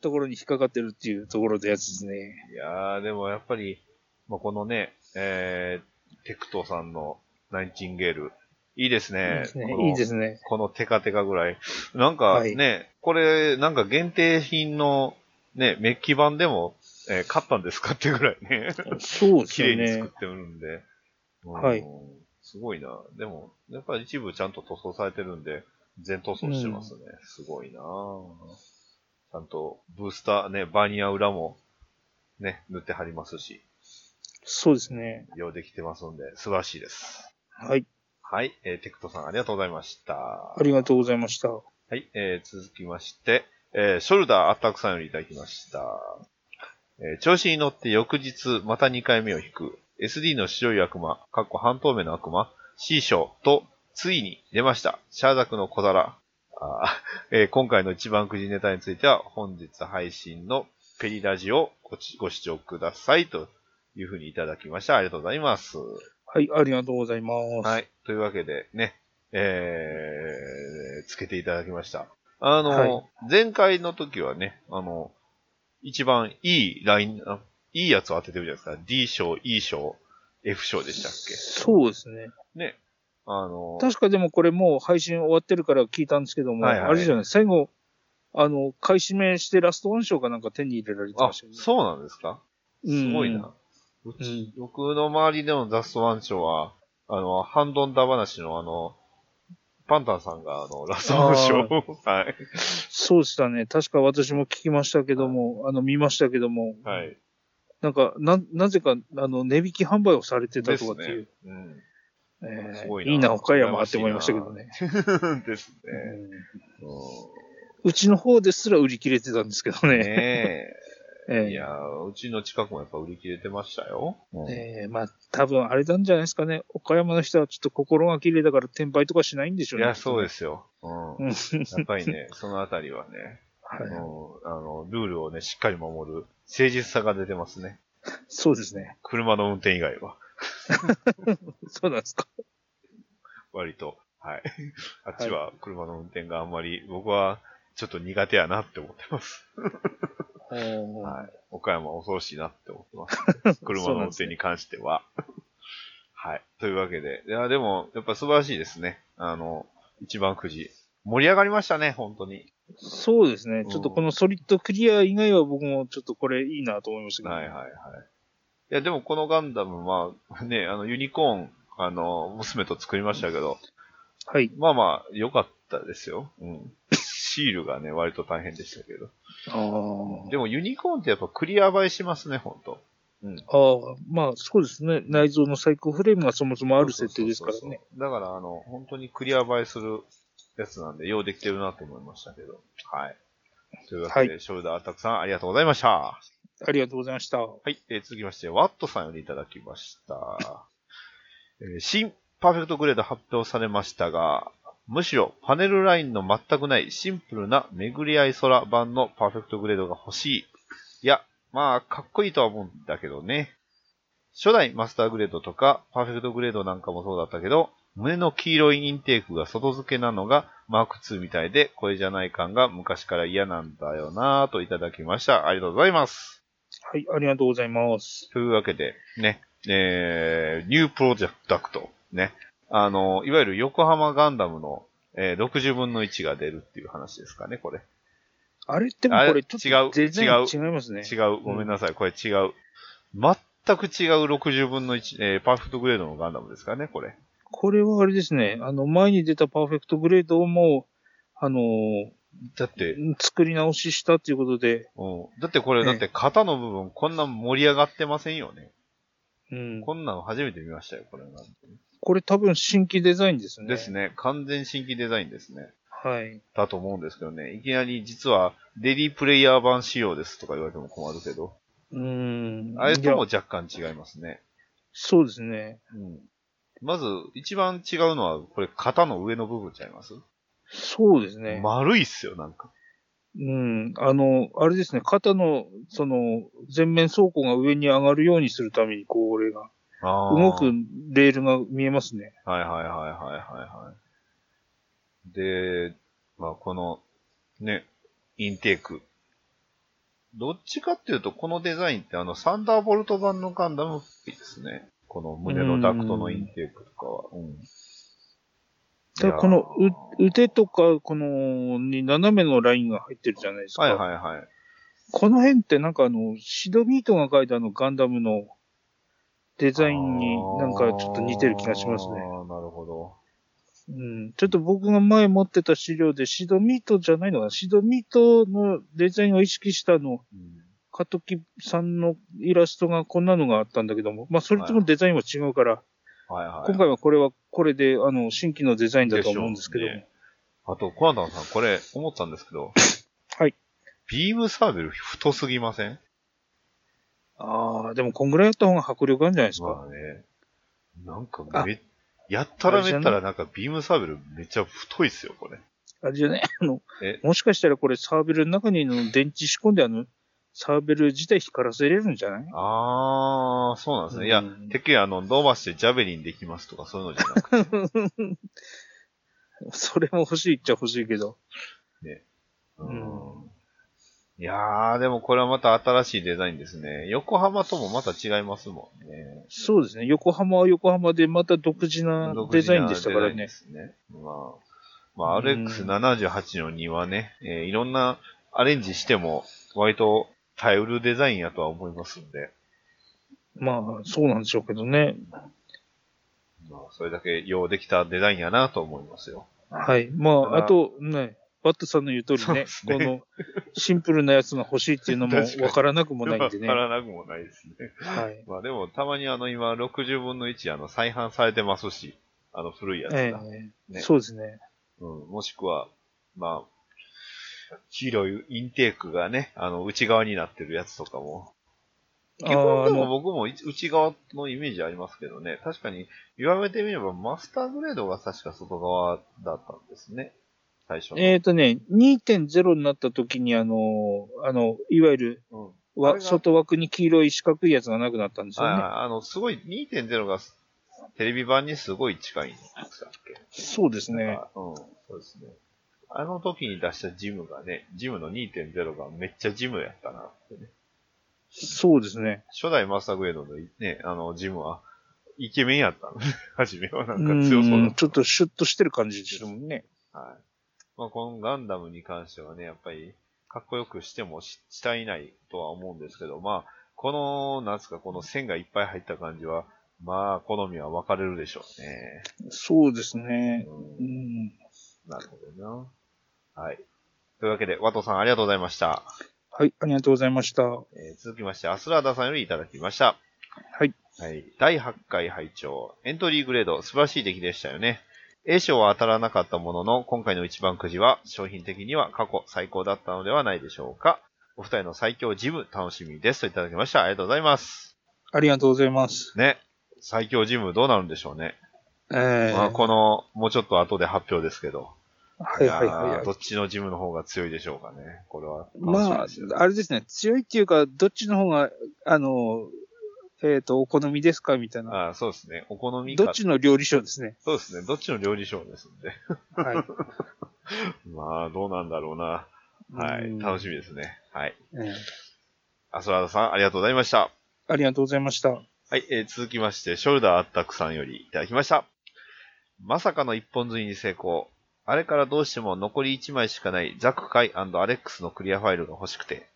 [SPEAKER 3] ところに引っかかってるっていうところでやつですね。
[SPEAKER 2] いやー、でもやっぱり、まあ、このね、えー、テクトさんのナインチンゲール、いいですね。この
[SPEAKER 3] いいですね。
[SPEAKER 2] このテカテカぐらい。なんかね、これ、なんか限定品の、ね、メッキ版でも、えー買ったんですかってぐらいね。
[SPEAKER 3] そうです
[SPEAKER 2] 綺麗
[SPEAKER 3] よ
[SPEAKER 2] に作
[SPEAKER 3] ね
[SPEAKER 2] っ。てるんで。うん
[SPEAKER 3] はい
[SPEAKER 2] すごいな。でも、やっぱり一部ちゃんと塗装されてるんで、全塗装してますね。すごいなちゃんとブースター、ね、バニア裏も、ね、塗って貼りますし、
[SPEAKER 3] そうですね。
[SPEAKER 2] ようできてますんで、素晴らしいです。
[SPEAKER 3] はい。
[SPEAKER 2] はい、えーテクトさんありがとうございました。
[SPEAKER 3] ありがとうございました。
[SPEAKER 2] はい、えー続きまして、えーショルダーアタックさんよりいただきました。えー調子に乗って翌日、また2回目を引く、SD の白い悪魔、かっこ半透明の悪魔、C 賞と、ついに出ました、シャーザクの小皿。あー えー今回の一番くじネタについては、本日配信のペリラジをごちご視聴ください、というふうにいただきました。ありがとうございます。
[SPEAKER 3] はい、ありがとうございます。
[SPEAKER 2] はい。というわけでね、えー、つけていただきました。あの、
[SPEAKER 3] はい
[SPEAKER 2] 前回の時はね、あの、一番いいライン、あいいやつを当ててるじゃないですか。D 賞、E 賞、F 賞でしたっ
[SPEAKER 3] そうですね。
[SPEAKER 2] けね。あの、
[SPEAKER 3] 確かでもこれもう配信終わってるから聞いたんですけども、
[SPEAKER 2] はいはい
[SPEAKER 3] あれじゃない、最後、あの、買い占めしてラストワン賞かなんか手に入れられて
[SPEAKER 2] あ
[SPEAKER 3] ましたよ、ね。
[SPEAKER 2] そうなんですかすごいな。うち、僕の周りでのザストワン賞は、あの、ハンドンダ話のあの、パンタンさんが、あの、ラストワン賞を、はい。
[SPEAKER 3] そうでしたね。確か私も聞きましたけども、あの、見ましたけども、
[SPEAKER 2] はい。
[SPEAKER 3] なんか、な、なぜか、あの、値引き販売をされてたとかっていう。
[SPEAKER 2] ですね。うん。
[SPEAKER 3] え
[SPEAKER 2] す
[SPEAKER 3] ー
[SPEAKER 2] ごい
[SPEAKER 3] い
[SPEAKER 2] ない
[SPEAKER 3] な、岡山って思いましたけどね。
[SPEAKER 2] ですね。
[SPEAKER 3] うちの方ですら売り切れてたんですけどね。
[SPEAKER 2] ね
[SPEAKER 3] え
[SPEAKER 2] え。
[SPEAKER 3] ー
[SPEAKER 2] いやー、うちの近くもやっぱ売り切れてましたよ。
[SPEAKER 3] えーまあ、多分あれなんじゃないですかね。岡山の人はちょっと心が綺麗だから転売とかしないんでし
[SPEAKER 2] い
[SPEAKER 3] ょ
[SPEAKER 2] う
[SPEAKER 3] ね。。
[SPEAKER 2] や、そうですすよ。う。
[SPEAKER 3] うんん
[SPEAKER 2] やっぱり ね、そのあたりはね、
[SPEAKER 3] は
[SPEAKER 2] うんあ
[SPEAKER 3] い、
[SPEAKER 2] の、ルールをね、しっかり守る誠実さが出てますね。
[SPEAKER 3] そうですね。
[SPEAKER 2] 車の運転以外は、
[SPEAKER 3] そうなんですか。
[SPEAKER 2] 割と。 はい。あっちは車の運転があんまり、僕はちょっと苦手やなって思ってます。
[SPEAKER 3] は
[SPEAKER 2] はい。岡山恐ろしいなって思って ます。車の運転に関しては。はい。というわけで。いや、でも、やっぱ素晴らしいですね。あの、一番くじ。盛り上がりましたね、本当に。
[SPEAKER 3] い、そうですね
[SPEAKER 2] う。ん
[SPEAKER 3] ちょっとこのソリッドクリア以外は僕もちょっとこれいいなと思いましたけど。
[SPEAKER 2] はいはいはい。いや、でもこのガンダム、まあ、ね、あの、ユニコーン、あの、娘と作りましたけど、
[SPEAKER 3] はい。
[SPEAKER 2] まあまあ、良かったですよ。うん。シールがね、割と大変でしたけど。
[SPEAKER 3] あ
[SPEAKER 2] でもユニコーンってやっぱクリア映えしますね、本当うん。
[SPEAKER 3] あー。まあ、そうですね。内蔵の最高フレームがそもそもある設定ですから
[SPEAKER 2] そうそう
[SPEAKER 3] ね。
[SPEAKER 2] そうそう。だから、あの、本当にクリア映えするやつなんで、ようできてるなと思いましたけど。はい。というわけで、ショルダーアタックさん、ありがとうございました。は
[SPEAKER 3] ありがとうございました。
[SPEAKER 2] い。えー続きまして、ワットさんよりいただきました。えー新パーフェクトグレード発表されましたが、むしろパネルラインの全くないシンプルな巡り合い空版のパーフェクトグレードが欲しい。いや、まあ、かっこいいとは思うんだけどね。初代マスターグレードとか、パーフェクトグレードなんかもそうだったけど、胸の黄色いインテークが外付けなのがマーク2みたいで、これじゃない感が昔から嫌なんだよなぁといただきました。ありがとうございます。
[SPEAKER 3] はい、ありがとうございます。
[SPEAKER 2] というわけで、ね、えー、ニュープロジェクト、ね、あの、いわゆる横浜ガンダムの、えー60分の1が出るっていう話ですかね、これ。
[SPEAKER 3] あれっても
[SPEAKER 2] あれ
[SPEAKER 3] これちょっと全然
[SPEAKER 2] 違う
[SPEAKER 3] 違いますね。
[SPEAKER 2] 違う、ごめんなさい、これ違う。全く違う60分の1、えーパーフェクトグレードのガンダムですからね、これ。
[SPEAKER 3] これはあれですね、あの、前に出たパーフェクトグレードをもう、あのー
[SPEAKER 2] だって、
[SPEAKER 3] 作り直ししたということで、
[SPEAKER 2] うん、だってこれ、だって肩の部分こんな盛り上がってませんよね。
[SPEAKER 3] うん、
[SPEAKER 2] こんなの初めて見ましたよ、これなんて
[SPEAKER 3] これ多分新規デザインですね。
[SPEAKER 2] です。ね、完全新規デザインですね。
[SPEAKER 3] はい。
[SPEAKER 2] だと思うんですけどね。いきなり実は、レディープレイヤー版仕様ですとか言われても困るけど。
[SPEAKER 3] うん。
[SPEAKER 2] あれとも
[SPEAKER 3] いや
[SPEAKER 2] 若干違いますね。
[SPEAKER 3] そうですね。
[SPEAKER 2] うん。まず、一番違うのは、これ、肩の上の部分ちゃいます、
[SPEAKER 3] そうですね。
[SPEAKER 2] 丸いっすよ、なんか。
[SPEAKER 3] うん。あの、あれですね、肩の、その、前面走行が上に上がるようにするために、こう、俺が、
[SPEAKER 2] あー
[SPEAKER 3] 動くレールが見えますね。
[SPEAKER 2] はいはいはいはいはい。はい。で、まあこの、ね、インテーク。どっちかっていうと、このデザインってあの、サンダーボルト版のガンダムっぽいですね。この胸のダクトのインテークとかは。うん。
[SPEAKER 3] だからこの
[SPEAKER 2] いや
[SPEAKER 3] う、腕とか、この、に斜めのラインが入ってるじゃないですか。
[SPEAKER 2] はいはいはい。
[SPEAKER 3] この辺ってなんかあの、シドビートが書いたあのガンダムのデザインになんかちょっと似てる気がします
[SPEAKER 2] あー
[SPEAKER 3] ね。
[SPEAKER 2] なるほど。
[SPEAKER 3] うん。ちょっと僕が前持ってた資料でシドミートじゃないのかなシドミートのデザインを意識したあの、
[SPEAKER 2] うん
[SPEAKER 3] カトキさんのイラストがこんなのがあったんだけども、まあそれともデザインは違うから、
[SPEAKER 2] はいはい。
[SPEAKER 3] 今回はこれはこれであの、新規のデザインだと思うんですけども。
[SPEAKER 2] でしょあと、コアダンさん、これ、思ったんですけど。
[SPEAKER 3] はい。
[SPEAKER 2] ビームサーベル太すぎません
[SPEAKER 3] ああ、でもこんぐらいやった方が迫力あるんじゃないですか。
[SPEAKER 2] まあね。なんかめ、やったらめったらなんかビームサーベルめっちゃ太いっすよ、これ。
[SPEAKER 3] あれじゃね、あの
[SPEAKER 2] え、
[SPEAKER 3] もしかしたらこれサーベルの中にの電池仕込んで、あの、サーベル自体光らせれるんじゃない
[SPEAKER 2] あー、そうなんですね。いや
[SPEAKER 3] うん、
[SPEAKER 2] てっきりあの、伸ばしてジャベリンできますとかそういうのじゃな くて。
[SPEAKER 3] それも欲しいっちゃ欲しいけど。
[SPEAKER 2] うんいやー、でもこれはまた新しいデザインですね。横浜ともまた違いますもんね。
[SPEAKER 3] そうですね。横浜は横浜でまた独自なデザインでしたか
[SPEAKER 2] 独自なデザ
[SPEAKER 3] ら
[SPEAKER 2] インで
[SPEAKER 3] ね。
[SPEAKER 2] すね。まあ、まあ、RX78 の2はね、えーいろんなアレンジしても、割と耐えうるデザインやとは思いますんで。
[SPEAKER 3] まあ、そうなんでしょうけどね。
[SPEAKER 2] まあ、それだけ用できたデザインやなと思いますよ。
[SPEAKER 3] はい。ま
[SPEAKER 2] だから
[SPEAKER 3] あ、あと、ね、バットさんの言う通り
[SPEAKER 2] そう
[SPEAKER 3] ね
[SPEAKER 2] で、すね
[SPEAKER 3] このシンプルなやつが欲しいっていうのも
[SPEAKER 2] 確かに
[SPEAKER 3] わからなくもないんでね。
[SPEAKER 2] わか
[SPEAKER 3] は
[SPEAKER 2] らなくもないですね。
[SPEAKER 3] い。
[SPEAKER 2] まあでも、たまにあの、今、60分の1、あの、再販されてますし、あの、古いやつが、
[SPEAKER 3] ええ
[SPEAKER 2] ね
[SPEAKER 3] そうですね。
[SPEAKER 2] うん。もしくは、まあ、黄色いインテークがね、あの、内側になってるやつとかも。基本で
[SPEAKER 3] あーあ
[SPEAKER 2] も
[SPEAKER 3] の
[SPEAKER 2] 僕もい内側のイメージありますけどね。確かに、言われてみれば、マスターグレードが確か外側だったんですね。最初の。
[SPEAKER 3] えっ、とね、2.0になった時に、あの、あの、いわゆる、
[SPEAKER 2] うんあれ
[SPEAKER 3] わ
[SPEAKER 2] が
[SPEAKER 3] 外枠に黄色い四角いやつがなくなったんですよ
[SPEAKER 2] はい
[SPEAKER 3] ね。
[SPEAKER 2] はいあの、すごい、2.0がテレビ版にすごい近いんでしたっけ
[SPEAKER 3] そうですね。
[SPEAKER 2] あうん、そうですね。あの時に出したジムがね、ジムの2.0がめっちゃジムやったなってね。
[SPEAKER 3] そうですね。
[SPEAKER 2] 初代マスターグレードのね、あの、ジムは、イケメンやったのね。 初めはなんか強そう
[SPEAKER 3] う
[SPEAKER 2] だ
[SPEAKER 3] ん
[SPEAKER 2] っ
[SPEAKER 3] ちょっとシュッとしてる感じですもんね。
[SPEAKER 2] た。はい。まあ、このガンダムに関してはね、やっぱり、かっこよくしてもししたいないとは思うんですけど、まあ、この、なんすか、この線がいっぱい入った感じは、まあ、好みは分かれるでしょうね。
[SPEAKER 3] そうですね。
[SPEAKER 2] うん
[SPEAKER 3] うん、
[SPEAKER 2] なるほどな。はい。というわけで、ワトさんありがとうございました。
[SPEAKER 3] はい、ありがとうございました。は
[SPEAKER 2] えー続きまして、アスラーダさんよりいただきました。
[SPEAKER 3] い。
[SPEAKER 2] はい。第8回拝聴エントリーグレード、素晴らしい出来でしたよね。A 賞は当たらなかったものの、今回の一番くじは、商品的には過去最高だったのではないでしょうか。お二人の最強ジム、楽しみです。といただきました。ありがとうございます。
[SPEAKER 3] ありがとうございます。
[SPEAKER 2] ね。最強ジム、どうなるんでしょうね。
[SPEAKER 3] ええ
[SPEAKER 2] まあ、この、もうちょっと後で発表ですけど。
[SPEAKER 3] はいはいはい
[SPEAKER 2] や
[SPEAKER 3] は
[SPEAKER 2] ー
[SPEAKER 3] い
[SPEAKER 2] ど。っちのジムの方が強いでしょうかね。これは楽しみ
[SPEAKER 3] まあ
[SPEAKER 2] ですよ。、
[SPEAKER 3] あれですね、強いっていうか、どっちの方が、あの、えっ、と、お好みですかみたいな。
[SPEAKER 2] あーそうですね。お好みか。
[SPEAKER 3] どっちの料理賞で すね。
[SPEAKER 2] そうですね。どっちの料理賞ですんで。
[SPEAKER 3] はい。
[SPEAKER 2] まあ、どうなんだろうな。は
[SPEAKER 3] う
[SPEAKER 2] い。
[SPEAKER 3] ん
[SPEAKER 2] 楽しみですね。はい。
[SPEAKER 3] ええ
[SPEAKER 2] アスラーダさん、ありがとうございました。
[SPEAKER 3] ありがとうございました。
[SPEAKER 2] はい、えー続きまして、ショルダーあったくさんよりいただきました。まさかの一本釣りに成功。あれからどうしても残り1枚しかないザクカイアレックスのクリアファイルが欲しくて、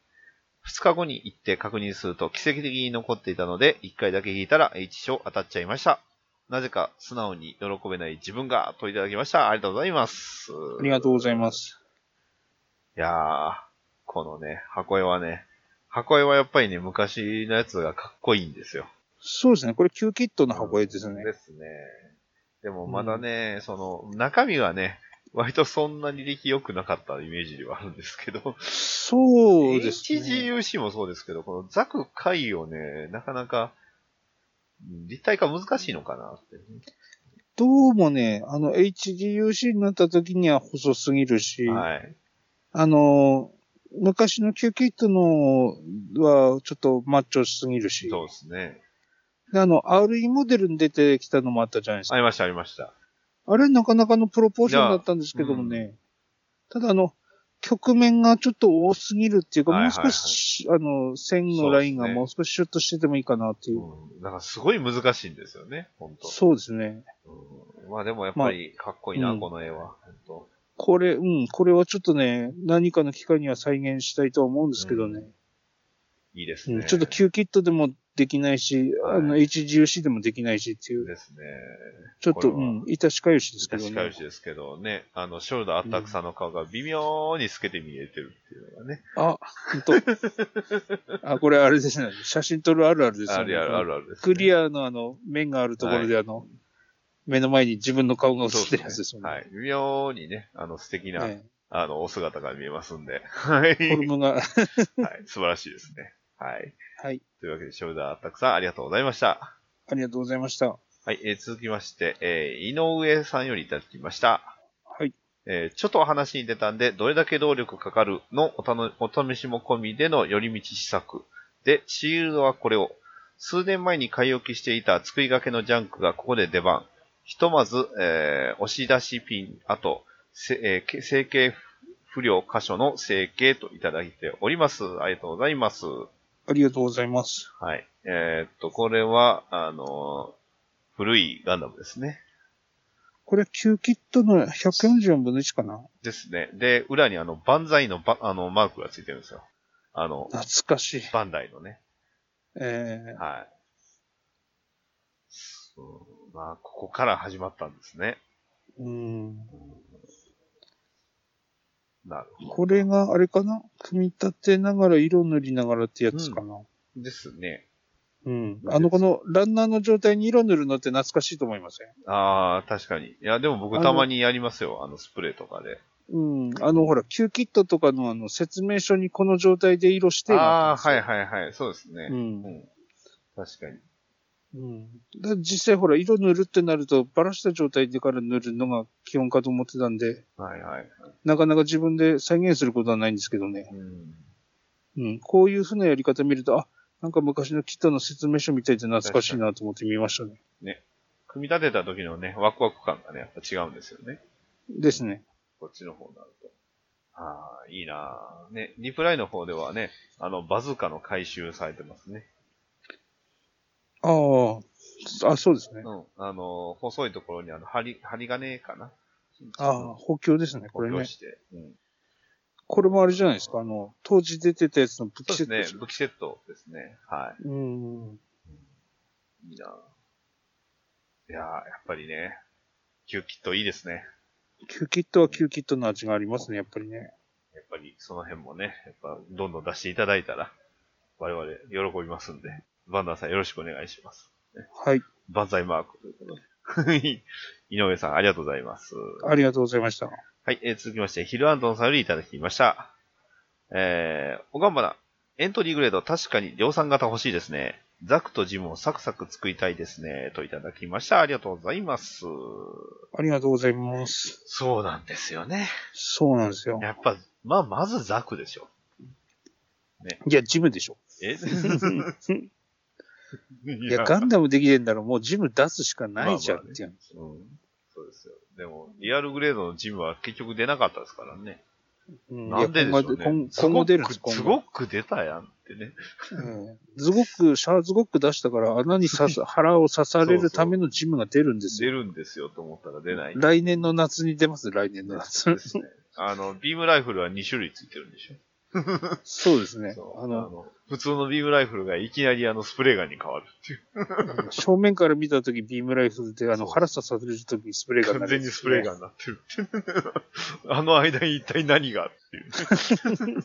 [SPEAKER 2] 2日後に行って確認すると奇跡的に残っていたので、1回だけ引いたら H 賞当たっちゃいました。なぜか素直に喜べない自分が、といただきました。ありがとうございます。
[SPEAKER 3] ありがとうございます。
[SPEAKER 2] いやー、このね、箱絵はね、箱絵はやっぱりね、昔のやつがかっこいいんですよ。
[SPEAKER 3] そうですね、これ、キューキットの箱絵ですね。
[SPEAKER 2] ですね。でもまだね、その、中身はね、割とそんなに出来良くなかったイメージではあるんですけど、
[SPEAKER 3] そうですね。
[SPEAKER 2] HGUC もそうですけど、このザク回をね、なかなか、うん立体化難しいのかなって、
[SPEAKER 3] どうもね、あの、HGUC になった時には細すぎるし、
[SPEAKER 2] はい。
[SPEAKER 3] あの、昔のキューキットのはちょっとマッチョしすぎるし、
[SPEAKER 2] そうですね。
[SPEAKER 3] であの、RE モデルに出てきたのもあったじゃないですか
[SPEAKER 2] ありました、ありました。
[SPEAKER 3] あれ、なかなかのプロポーションだったんですけども
[SPEAKER 2] い
[SPEAKER 3] ね。ただ、あの、局面がちょっと多すぎるっていうか、
[SPEAKER 2] はいは
[SPEAKER 3] もう
[SPEAKER 2] いはい
[SPEAKER 3] 少し、あの、線のラインが
[SPEAKER 2] そうですね
[SPEAKER 3] もう少しシュッとしててもいいかなっていう。
[SPEAKER 2] うん。だからすごい難しいんですよね、本当
[SPEAKER 3] そうですね。
[SPEAKER 2] うん、まあでもやっぱりかっこいいな、
[SPEAKER 3] うん
[SPEAKER 2] この絵は。本当
[SPEAKER 3] これ、うん、これはちょっとね、何かの機会には再現したいとは思うんですけどね。
[SPEAKER 2] いいです
[SPEAKER 3] うん
[SPEAKER 2] ね。
[SPEAKER 3] ちょっと
[SPEAKER 2] 急
[SPEAKER 3] Q キットでもできないし、
[SPEAKER 2] はい
[SPEAKER 3] あの、HGUC でもできないしっていう、
[SPEAKER 2] ですね。
[SPEAKER 3] ちょっ、
[SPEAKER 2] ことれ
[SPEAKER 3] う
[SPEAKER 2] は
[SPEAKER 3] ん、いたしかゆしですけど
[SPEAKER 2] 確か
[SPEAKER 3] ね
[SPEAKER 2] に。ですけどね、あの、ショルダーあったくさんの顔が微妙に透けて見えてるっていうのがね。
[SPEAKER 3] あ、ほんと。あ、これあれですね。写真撮るあるあるですよね。
[SPEAKER 2] あるあるあるあるです、
[SPEAKER 3] クリ
[SPEAKER 2] ア
[SPEAKER 3] アのあの、面があるところで、あの、目の前に自分の顔が映ってるやつですもんね。
[SPEAKER 2] はい。微妙にね、あの、素敵な、
[SPEAKER 3] え
[SPEAKER 2] あの、お姿が見えますんで。はい。
[SPEAKER 3] えフォルムが、
[SPEAKER 2] はい素晴らしいですね。はい。
[SPEAKER 3] はい。
[SPEAKER 2] というわけで、ショルダーあったくさん、ありがとうございました。
[SPEAKER 3] ありがとうございました。
[SPEAKER 2] はい、えー続きまして、えー井上さんよりいただきました。
[SPEAKER 3] はい。
[SPEAKER 2] えーちょっとお話に出たんで、どれだけ動力かかるのおたのお試しも込みでの寄り道試作。で、シールドはこれを。数年前に買い置きしていた作りがけのジャンクがここで出番。ひとまず、えー押し出しピン、あと、せえーけ成形不良箇所の成形といただいております。ありがとうございます。
[SPEAKER 3] ありがとうございます。
[SPEAKER 2] はい。えーっと、これは、あのー古いガンダムですね。
[SPEAKER 3] これ、キューキットの144分の1かな
[SPEAKER 2] ですね。で、裏にあの、バンザイのば、あの、マークがついてるんですよ。あの、
[SPEAKER 3] 懐かしい。
[SPEAKER 2] バンダイのね。
[SPEAKER 3] ええ
[SPEAKER 2] はい。そうまあ、ここから始まったんですね。
[SPEAKER 3] うん。
[SPEAKER 2] なるほ
[SPEAKER 3] これがあれかな組み立てながら、色塗りながらってやつかな、
[SPEAKER 2] ど。ですね。
[SPEAKER 3] うん、あの、この、ランナーの状態に色塗るのって懐かしいと思いません
[SPEAKER 2] ああ、確かに。いや、でも
[SPEAKER 3] あ
[SPEAKER 2] 僕
[SPEAKER 3] の
[SPEAKER 2] たまにやりますよ。あの、スプレーとかで。
[SPEAKER 3] うん。あの、ほら、キューキットとかのあの、説明書にこの状態で色して
[SPEAKER 2] ああ、はい
[SPEAKER 3] い。
[SPEAKER 2] はいはい。そうですね
[SPEAKER 3] う。ん
[SPEAKER 2] う。ん。確かに。
[SPEAKER 3] うん、だ実際ほら、色塗るってなると、ばらした状態でから塗るのが基本かと思ってたんで、
[SPEAKER 2] はいはい。
[SPEAKER 3] なかなか自分で再現することはないんですけどね。
[SPEAKER 2] うん。
[SPEAKER 3] うん、こういうふうなやり方見ると、あ、なんか昔のキットの説明書みたいで懐かしいなと思って見ましたね。
[SPEAKER 2] 組み立てた時のね、ワクワク感がね、やっぱ違うんですよね。
[SPEAKER 3] ですね。
[SPEAKER 2] こっちの方になると。ああ、いいなぁね、リプライの方ではね、あの、バズーカの回収されてますね。
[SPEAKER 3] ああ、あ、そうですね
[SPEAKER 2] う。ん。あの、細いところにあの、針、針金かな
[SPEAKER 3] ああ、補強ですね、こ
[SPEAKER 2] 補
[SPEAKER 3] れ
[SPEAKER 2] 強
[SPEAKER 3] ね。
[SPEAKER 2] して。うん。
[SPEAKER 3] これもあれじゃないですか、あの、当時出てたやつの武器セ
[SPEAKER 2] そう
[SPEAKER 3] ット
[SPEAKER 2] で
[SPEAKER 3] ですす
[SPEAKER 2] ね。
[SPEAKER 3] ね。
[SPEAKER 2] 武器セットですね。は
[SPEAKER 3] うん。
[SPEAKER 2] い。いいなぁいやーやっぱりね、キューキットいいですね。
[SPEAKER 3] キューキットはキューキットの味がありますね、やっぱりね。
[SPEAKER 2] やっぱりその辺もね、やっぱどんどん出していただいたら、我々喜びますんで、バンダーさんよろしくお願いします。
[SPEAKER 3] はい。
[SPEAKER 2] 万歳マークということで。 井上さん、ありがとうございます。
[SPEAKER 3] ありがとうございました。
[SPEAKER 2] はい、えー続きまして、ヒルアントンさんよりいただきました。えー、おがんばな、エントリーグレード、確かに量産型欲しいですね。ザクとジムをサクサク作りたいですね、といただきました。ありがとうございます。
[SPEAKER 3] ありがとうございます。
[SPEAKER 2] そうなんですよね。
[SPEAKER 3] そうなんですよ。
[SPEAKER 2] やっぱ、まあ、まずザクでしょ。
[SPEAKER 3] いや、ジム でしょ。
[SPEAKER 2] えい
[SPEAKER 3] いや、ガンダムできてんだらもうジム出すしかないじゃんっていう。
[SPEAKER 2] うん。そうですよ。でも、リアルグレードのジムは結局出なかったですからね。
[SPEAKER 3] うん
[SPEAKER 2] なんででしょうね。
[SPEAKER 3] いや今後今後出るんですす、
[SPEAKER 2] ごく
[SPEAKER 3] 今
[SPEAKER 2] す
[SPEAKER 3] 後。
[SPEAKER 2] ごく出たやんってね。
[SPEAKER 3] うんズゴック、シャーズゴック出したから穴に刺す、腹を刺され るためのジムが出るんです
[SPEAKER 2] 出
[SPEAKER 3] よ。
[SPEAKER 2] るんですよと思ったら出ない。
[SPEAKER 3] 来年の夏に出ます、来年の夏
[SPEAKER 2] で。すね。あの、ビームライフルは2種類ついてるんでしょ
[SPEAKER 3] そうですね
[SPEAKER 2] そ。う
[SPEAKER 3] あ
[SPEAKER 2] あ
[SPEAKER 3] の、
[SPEAKER 2] の、普通のビームライフルがいきなりあのスプレーガンに変わるっていう。
[SPEAKER 3] 正面から見たときビームライフルで、あの、
[SPEAKER 2] そう
[SPEAKER 3] 腹刺されるときにスプレーガン
[SPEAKER 2] 完全にスプレーガ
[SPEAKER 3] ン。
[SPEAKER 2] ンになってる って。あの間に一体何がっていうね。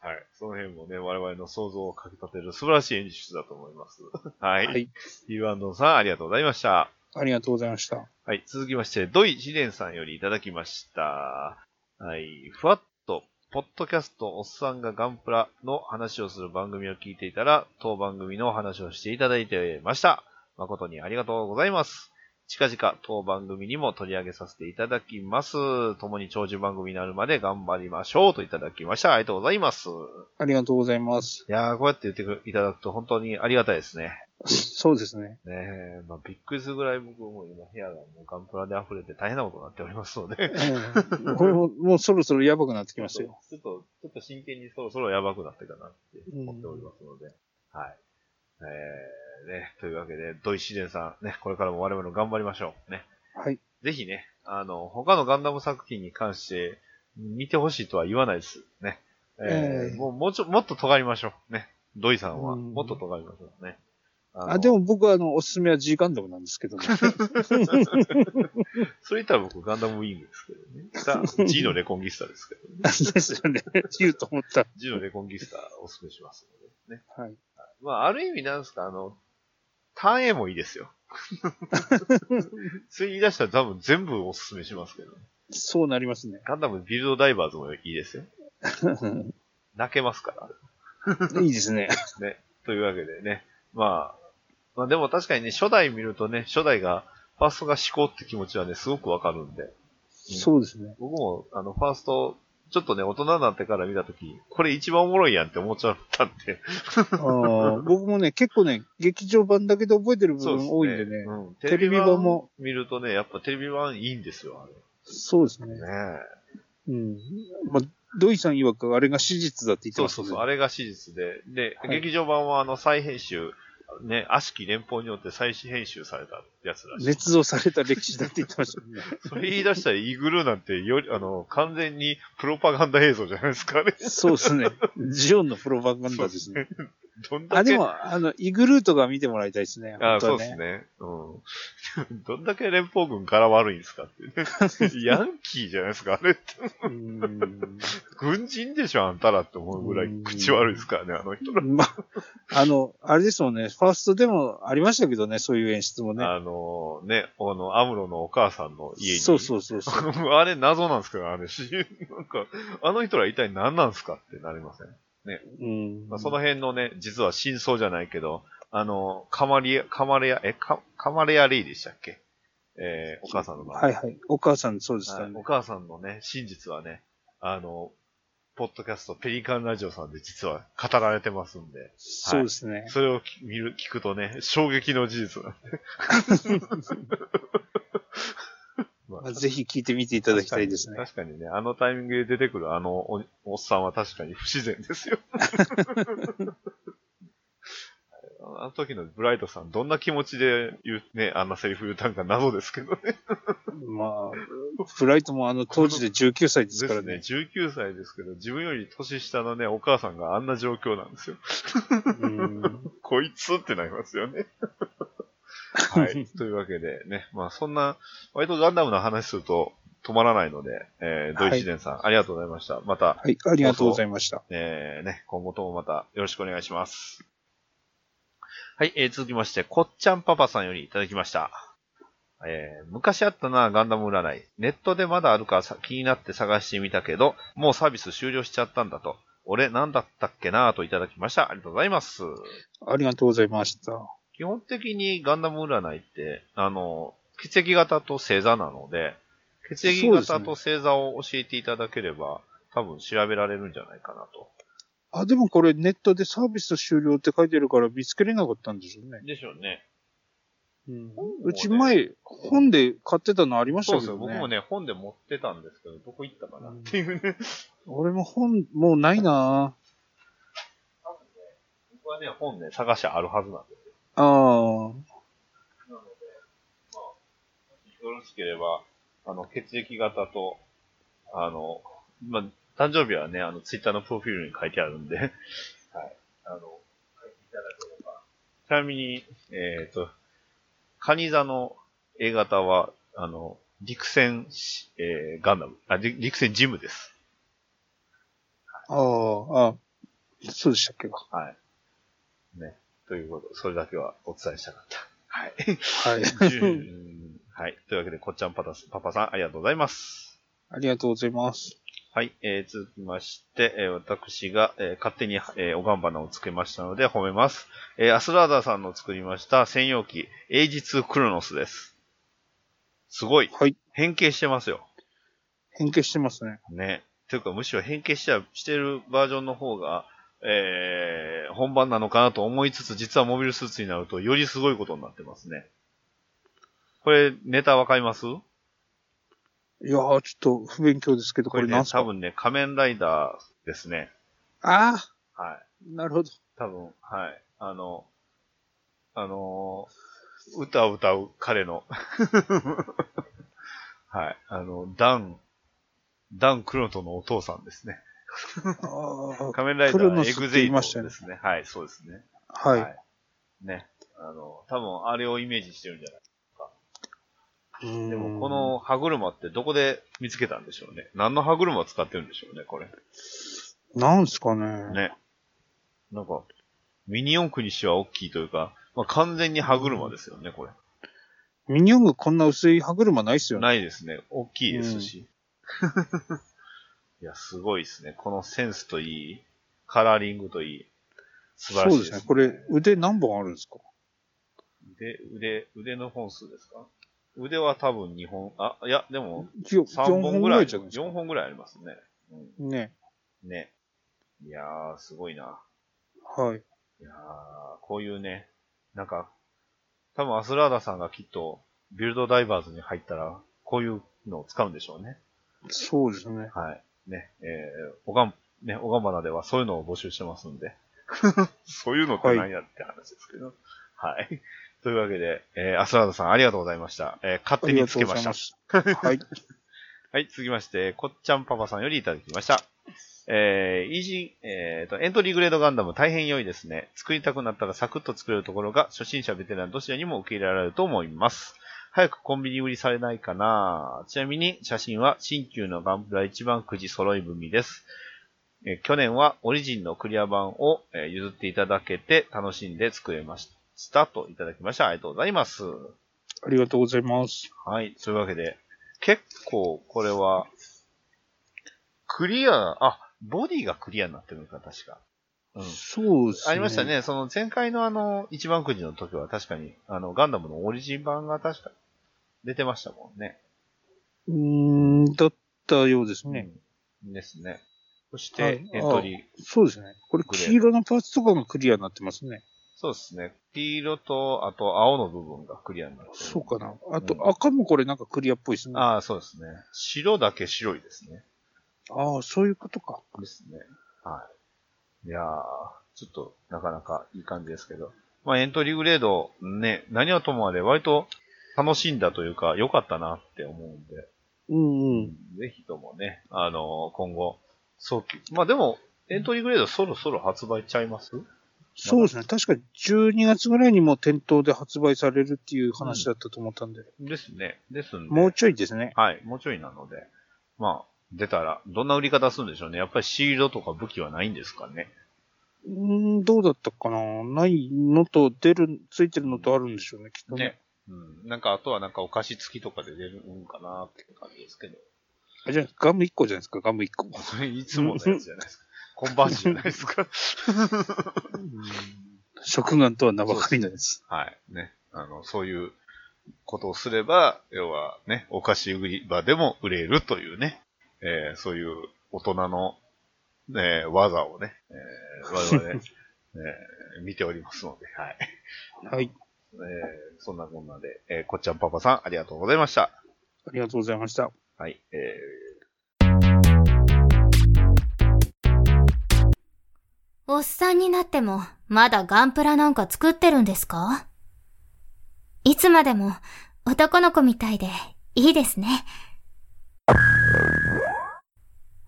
[SPEAKER 2] はい。その辺もね、我々の想像をかき立てる素晴らしい演出だと思います。はい。
[SPEAKER 3] はい
[SPEAKER 2] ヒルアンドンさん、ありがとうございました。
[SPEAKER 3] ありがとうございました。
[SPEAKER 2] はい。続きまして、ドイ・シデンさんよりいただきました。はい。ふわっと、ポッドキャスト、おっさんがガンプラの話をする番組を聞いていたら、当番組のお話をしていただいてました。誠にありがとうございます。近々当番組にも取り上げさせていただきます。共に長寿番組になるまで頑張りましょうといただきました。ありがとうございます。い
[SPEAKER 3] ありがとうございます。
[SPEAKER 2] やー、こうやって言ってくいただくと本当にありがたいですね。
[SPEAKER 3] そうで すね。
[SPEAKER 2] ねえ、まあ、びっくりするぐらい僕も今部屋がもうガンプラで溢れて大変なことになっておりますので。
[SPEAKER 3] うんこれも、もうそろそろやばくなってきますよ。
[SPEAKER 2] ちょっと、ちょっと真剣にそろそろやばくなってかなって思っておりますので。はい。えー、ね、というわけで、土井自然さん、ね、これからも我々も頑張りましょう。ね。
[SPEAKER 3] はい。
[SPEAKER 2] ぜひね、あの、他のガンダム作品に関して、見てほしいとは言わないです。ね。えー
[SPEAKER 3] ええ
[SPEAKER 2] もう、もうちょ、もっと尖りましょう。ね。土井さんは、
[SPEAKER 3] うん
[SPEAKER 2] もっと尖りましょうね。あの
[SPEAKER 3] あ、でも僕はあの、おすすめは G ガンダムなんです けどね。
[SPEAKER 2] それ言ったら僕、ガンダムウィングですけどね。さ G のレコンギスタですけどね。
[SPEAKER 3] ですよね。言うと思った。
[SPEAKER 2] G のレコンギスタおすすめしますのでね。
[SPEAKER 3] はい。
[SPEAKER 2] まあ、ある意味なんですか、あの、単影もいいですよ。それ言い出したら多分全部おすすめしますけど。
[SPEAKER 3] そうなります ね。
[SPEAKER 2] ガンダムビルドダイバーズもいいですよ。泣けますから。
[SPEAKER 3] いいですね。
[SPEAKER 2] ね。というわけでね。まあ、まあでも確かにね、初代見るとね、初代が、ファーストが思考って気持ちはね、すごくわかるんで。
[SPEAKER 3] そうですね。
[SPEAKER 2] 僕も、あの、ファースト、ちょっとね、大人になってから見たとき、これ一番おもろいやんって思っちゃったんで。
[SPEAKER 3] あー僕もね、結構ね、劇場版だけで覚えてる部
[SPEAKER 2] です
[SPEAKER 3] 分多いんでね。
[SPEAKER 2] うん
[SPEAKER 3] テレビ版も。
[SPEAKER 2] 見るとね、やっぱテレビ版いいんですよ、あれ。
[SPEAKER 3] そうですね。
[SPEAKER 2] ね
[SPEAKER 3] うん。まあ、土井さん曰くあれが史実だって言って
[SPEAKER 2] そ
[SPEAKER 3] ま
[SPEAKER 2] う
[SPEAKER 3] した
[SPEAKER 2] そう
[SPEAKER 3] ね。
[SPEAKER 2] そう、あれが史実で。で、
[SPEAKER 3] はい
[SPEAKER 2] 劇場版はあの、再編集、ね、悪しき連邦によって再編集されたやつらしい。
[SPEAKER 3] 捏造された歴史だって言ってましたね。
[SPEAKER 2] それ言い出したらイグルーなんてより、あの、完全にプロパガンダ映像じゃないですかね。
[SPEAKER 3] そうですね。ジオンのプロパガンダですね。
[SPEAKER 2] どんだけ。
[SPEAKER 3] あ、でも、あの、イグルートが見てもらいたいですね。
[SPEAKER 2] あ
[SPEAKER 3] 本当
[SPEAKER 2] そう
[SPEAKER 3] は
[SPEAKER 2] です
[SPEAKER 3] ね。
[SPEAKER 2] ね。うん。 どんだけ連邦軍柄悪いんですかって いうね。ヤンキーじゃないですか、あれって。
[SPEAKER 3] うん
[SPEAKER 2] 軍人でしょ、あんたらって思うぐらい口悪いですからね、あの人ら。
[SPEAKER 3] まあ、あの、あれですもんね、ファーストでもありましたけどね、そういう演出もね。
[SPEAKER 2] あのね、あの、アムロのお母さんの家に。
[SPEAKER 3] そうそうそうそう。
[SPEAKER 2] あれ謎なんですけど、あれし、なんか、あの人ら一体何なんですかってなりません。
[SPEAKER 3] うん。
[SPEAKER 2] まあ、その辺のね、実は真相じゃないけど、あの、カマリア、カマレア、え、カカマレアリーでしたっけえーお母さんの名前
[SPEAKER 3] はいはい。お母さん、そうでし
[SPEAKER 2] は
[SPEAKER 3] た
[SPEAKER 2] い
[SPEAKER 3] ね
[SPEAKER 2] お。母さんのね、真実はね、あの、ポッドキャスト、ペリカンラジオさんで実は語られてますんで、
[SPEAKER 3] そうですね。
[SPEAKER 2] それをき見る、聞くとね、衝撃の事実なん で。ま
[SPEAKER 3] まあぜひ聞いてみていただきたいですね。
[SPEAKER 2] 確かに確かにね、あのタイミングで出てくるあのおおっさんは確かに不自然です よ。あの時のブライトさん、どんな気持ちで言う、ね、あんなセリフ言うたんか謎ですけどね。
[SPEAKER 3] まあ、フライトもあの当時で19歳で
[SPEAKER 2] です
[SPEAKER 3] から
[SPEAKER 2] す
[SPEAKER 3] ね
[SPEAKER 2] ね、。19歳ですけど、自分より年下のね、お母さんがあんな状況なんですよ。
[SPEAKER 3] うん
[SPEAKER 2] こいつってなりますよね。はい。というわけでね、まあそんな、割とガンダムの話すると止まらないので、えー、ドイツ伝さん、ありがとうございました。また、
[SPEAKER 3] はい、ありがとうございました。
[SPEAKER 2] えー、ね、今後ともまたよろしくお願いします。はい、えー、続きまして、こっちゃんパパさんよりいただきました。えー、昔あったな、ガンダム占い。ネットでまだあるかさ気になって探してみたけど、もうサービス終了しちゃったんだと。俺なんだったっけなぁといただきました。ありがとうございます。
[SPEAKER 3] ありがとうございました。
[SPEAKER 2] 基本的にガンダム占いって、あの、血液型と星座なので、血液型と星座を教えていただければ、多分調べられるんじゃないかなと。
[SPEAKER 3] あ、でもこれネットでサービス終了って書いてるから見つけれなかったんでしょうね。
[SPEAKER 2] でしょうね。
[SPEAKER 3] うん
[SPEAKER 2] 本をね
[SPEAKER 3] うち前、本で買ってたのありまし
[SPEAKER 2] そう
[SPEAKER 3] た
[SPEAKER 2] で
[SPEAKER 3] け
[SPEAKER 2] す
[SPEAKER 3] ど
[SPEAKER 2] よ。
[SPEAKER 3] ね。
[SPEAKER 2] 僕もね、本で持ってたんですけど、どこ行ったかなっていうね。
[SPEAKER 3] 俺も本、もうないな
[SPEAKER 2] 僕はね、本ね、探しあるはずなんで。
[SPEAKER 3] ぁ。ああ。
[SPEAKER 2] よろしければ、あの、血液型と、あの、まあ、誕生日はね、あの、ツイッターのプロフィールに書いてあるんで、 はい。あの、書いていただければ。ちなみに、えっ、と、カニ座の A 型は、あの、陸戦し、えーガンダム、あ、り陸戦ジムです。
[SPEAKER 3] ああ、あそうでしたっけか。
[SPEAKER 2] はい。ね。ということ、それだけはお伝えしたかった。はい。
[SPEAKER 3] はい。
[SPEAKER 2] うんはい。というわけで、こっちゃんパパパパさん、ありがとうございます。
[SPEAKER 3] ありがとうございます。
[SPEAKER 2] はい、えー続きまして、えー私が、えー勝手に、えーおがんばなをつけましたので褒めます。えーアスラーダさんの作りました専用機、AG2 クロノスです。すごい。
[SPEAKER 3] はい。
[SPEAKER 2] 変形してますよ。
[SPEAKER 3] 変形してますね。
[SPEAKER 2] ね。というか、むしろ変形しちゃしてるバージョンの方が、えー本番なのかなと思いつつ、実はモビルスーツになると、よりすごいことになってますね。これ、ネタわかります
[SPEAKER 3] いやー、ちょっと不勉強ですけど、
[SPEAKER 2] こ
[SPEAKER 3] こ
[SPEAKER 2] れ
[SPEAKER 3] れ
[SPEAKER 2] ね
[SPEAKER 3] 何、すか
[SPEAKER 2] 多分ね、仮面ライダーですね。
[SPEAKER 3] ああ、
[SPEAKER 2] はい。
[SPEAKER 3] なるほど。
[SPEAKER 2] 多分、はい。あの、あのー歌を歌う彼の、 はい。あの、ダン、ダン・クロトのお父さんですね。
[SPEAKER 3] あ
[SPEAKER 2] 仮面ライダ
[SPEAKER 3] クロノ
[SPEAKER 2] ー
[SPEAKER 3] ス
[SPEAKER 2] エ
[SPEAKER 3] って
[SPEAKER 2] グゼ
[SPEAKER 3] 言
[SPEAKER 2] イ
[SPEAKER 3] い
[SPEAKER 2] ト
[SPEAKER 3] ましたよ
[SPEAKER 2] で
[SPEAKER 3] ね
[SPEAKER 2] すね。はい、そうですね。
[SPEAKER 3] あ、はい。
[SPEAKER 2] ね。あの、多分あれをイメージしてるんじゃないで
[SPEAKER 3] で
[SPEAKER 2] も、こ、の歯車ってどこで見つけたんでしょうね。何の歯車を使ってるんでしょうね、これ。
[SPEAKER 3] なんすかね。
[SPEAKER 2] ね。なんか、ミニ四駆にしては大きいというか、まあ、完全に歯車ですよね、これ。
[SPEAKER 3] ミニ四駆こんな薄い歯車ないっすよね。
[SPEAKER 2] ないですね。大きいですし。 いや、すごいですね。このセンスといい、カラーリングといい、素晴らし
[SPEAKER 3] そ
[SPEAKER 2] いうで
[SPEAKER 3] ですす
[SPEAKER 2] ね
[SPEAKER 3] ね。。これ、腕何本あるんですか
[SPEAKER 2] で腕、腕の本数ですか腕は多分2本、あ、いや、でも、
[SPEAKER 3] よ
[SPEAKER 2] 3
[SPEAKER 3] 4
[SPEAKER 2] 本
[SPEAKER 3] 本
[SPEAKER 2] ぐ
[SPEAKER 3] ぐ
[SPEAKER 2] ら
[SPEAKER 3] ら
[SPEAKER 2] い、
[SPEAKER 3] いじゃないです
[SPEAKER 2] 4本ぐらいありますね。う
[SPEAKER 3] か。ね。
[SPEAKER 2] ん、ね。いやー、すごいな。
[SPEAKER 3] はい。
[SPEAKER 2] いやー、こういうね、なんか、多分アスラーダさんがきっと、ビルドダイバーズに入ったら、こういうのを使うんでしょうね。
[SPEAKER 3] そうですね。
[SPEAKER 2] はい。ね、えー、おがん、ね、おがんばなではそういうのを募集してますんで。 そういうのって何やって話ですけど。はい。というわけで、えー、アスラードさんありがとうございました。えー、勝
[SPEAKER 3] あ
[SPEAKER 2] 手
[SPEAKER 3] り
[SPEAKER 2] に
[SPEAKER 3] が
[SPEAKER 2] つ
[SPEAKER 3] とう
[SPEAKER 2] け
[SPEAKER 3] ご
[SPEAKER 2] ま
[SPEAKER 3] ざ
[SPEAKER 2] し
[SPEAKER 3] い
[SPEAKER 2] た
[SPEAKER 3] ま。した。はい。
[SPEAKER 2] はい、続きまして、こっちゃんパパさんよりいただきました。えー、イージー、えーと、エントリーグレードガンダム大変良いですね。作りたくなったらサクッと作れるところが、初心者、ベテラン、どちらにも受け入れられると思います。早くコンビニ売りされないかなちなみに、写真は新旧のガンプラ一番くじ揃い踏みです。えー去年はオリジンのクリア版を、えー譲っていただけて楽しんで作れました。といただきました。ありがとうございます。
[SPEAKER 3] ありがとうございます。
[SPEAKER 2] はい。というわけで、結構これは、クリア、あ、ボディがクリアになってるのか、確か。うん。
[SPEAKER 3] そうですね。
[SPEAKER 2] ありました。ね。その前回のあの、一番くじの時は確かに、あの、ガンダムのオリジン版が確か出てましたもんね。
[SPEAKER 3] うーん、だったようですね。
[SPEAKER 2] うん。ですね。そし
[SPEAKER 3] は
[SPEAKER 2] て
[SPEAKER 3] い、
[SPEAKER 2] エントリー。
[SPEAKER 3] そうですね。これ
[SPEAKER 2] グレー
[SPEAKER 3] 黄色のパーツとかがクリアになってますね。
[SPEAKER 2] そうですね。黄色と、あと青の部分がクリアになってる
[SPEAKER 3] そうかな。あ
[SPEAKER 2] うん
[SPEAKER 3] と赤もこれなんかクリアっぽいですね。あ
[SPEAKER 2] ああ、そうですね。白だけ白いですね。
[SPEAKER 3] あ、そういうことか。
[SPEAKER 2] ですね。はい。いやー、ちょっとなかなかいい感じですけど。まあエントリーグレード、ね、何はともあれ割と楽しんだというか良かったなって思うんで、
[SPEAKER 3] うんうん。
[SPEAKER 2] ぜひともね、あのー今後、早期。まあでも、エントリーグレードそろそろ発売ちゃいます
[SPEAKER 3] そうですね。確かに12月ぐらいにも店頭で発売されるっていう話だったと思ったんで。
[SPEAKER 2] ですね。ですんで。
[SPEAKER 3] もうちょいですね。
[SPEAKER 2] はい、もうちょいなので。まあ、出たら、どんな売り方するんでしょうね。やっぱりシールドとか武器はないんですかね。
[SPEAKER 3] うーん、どうだったかな。ないのと出る、ついてるのとあるんでしょうね、きっとね。
[SPEAKER 2] ね。うん。なんか、あとはなんかお菓子付きとかで出るんかなって感じですけど。
[SPEAKER 3] あじゃあ、ガム1個じゃないですか、ガム1個。
[SPEAKER 2] それいつものやつじゃないですか。コンバージじゃないですか。
[SPEAKER 3] 食玩とは名ばかりのやつ。
[SPEAKER 2] はい。ね。あの、そういうことをすれば、要はね、お菓子売り場でも売れるというね、えーそういう大人の、ね、技をね、えー我々、 ね、見ておりますので、はい。
[SPEAKER 3] はい。
[SPEAKER 2] えーそんなこんなで、えーこっちゃんパパさん、ありがとうございました。
[SPEAKER 3] ありがとうございました。
[SPEAKER 2] はい。え
[SPEAKER 1] おっさんになっても、まだガンプラなんか作ってるんですかいつまでも、男の子みたいで、いいですね。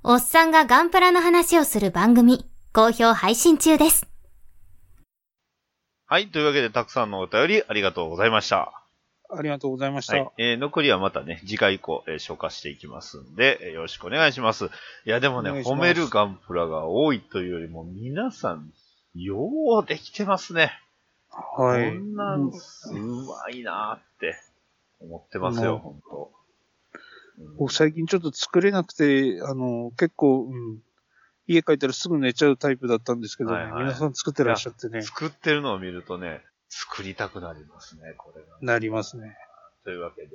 [SPEAKER 1] おっさんがガンプラの話をする番組、好評配信中です。
[SPEAKER 2] ーはい。というわけで、たくさんのお便り、ありがとうございました。
[SPEAKER 3] ありがとうございました。
[SPEAKER 2] はい。えー残りはまたね、次回以降、えー消化していきますんで、えーよろしくお願いします。いや、でもね、
[SPEAKER 3] お願いしま
[SPEAKER 2] 褒
[SPEAKER 3] す
[SPEAKER 2] めるガンプラが多いというよりも、皆さん、ようできてますね。
[SPEAKER 3] はい。
[SPEAKER 2] こんなん、うまいなーって思ってますよ、
[SPEAKER 3] うん
[SPEAKER 2] ほんと。うん
[SPEAKER 3] 僕最近ちょっと作れなくて、あの、結構、うん、家帰ったらすぐ寝ちゃうタイプだったんですけどね、
[SPEAKER 2] はいはい
[SPEAKER 3] 皆さん作ってらっしゃってね、
[SPEAKER 2] 作ってるのを見るとね、作りたくなりますね、これが。
[SPEAKER 3] なりますね。
[SPEAKER 2] というわけで、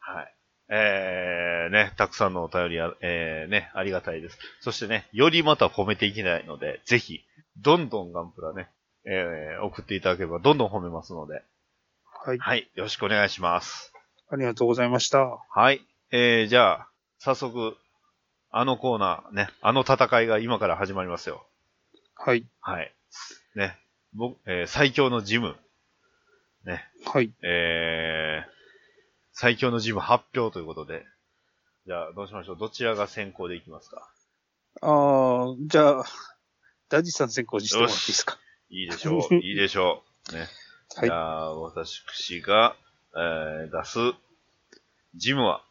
[SPEAKER 2] はい。えー、ね、たくさんのお便りあ、えー、ね、ありがたいです。そしてね、よりまた褒めていきたいので、ぜひ、どんどんガンプラね、えー、送っていただければどんどん褒めますので、
[SPEAKER 3] はい。
[SPEAKER 2] はい、よろしくお願いします。
[SPEAKER 3] ありがとうございました。
[SPEAKER 2] はい。えー、じゃあ、早速、あのコーナー、ね、あの戦いが今から始まりますよ。
[SPEAKER 3] はい。
[SPEAKER 2] はい。ね、僕、えー、最強のジム、
[SPEAKER 3] はい。
[SPEAKER 2] えー、最強のジム発表ということで。じゃあ、どうしましょうどちらが先行でいきますか
[SPEAKER 3] あー、じゃあ、ダジさん先行にしてもらっていいですか。
[SPEAKER 2] いいでしょ う。いいでしょう。ね。
[SPEAKER 3] はい
[SPEAKER 2] じゃ。あ、私が、えー、出す、ジムは、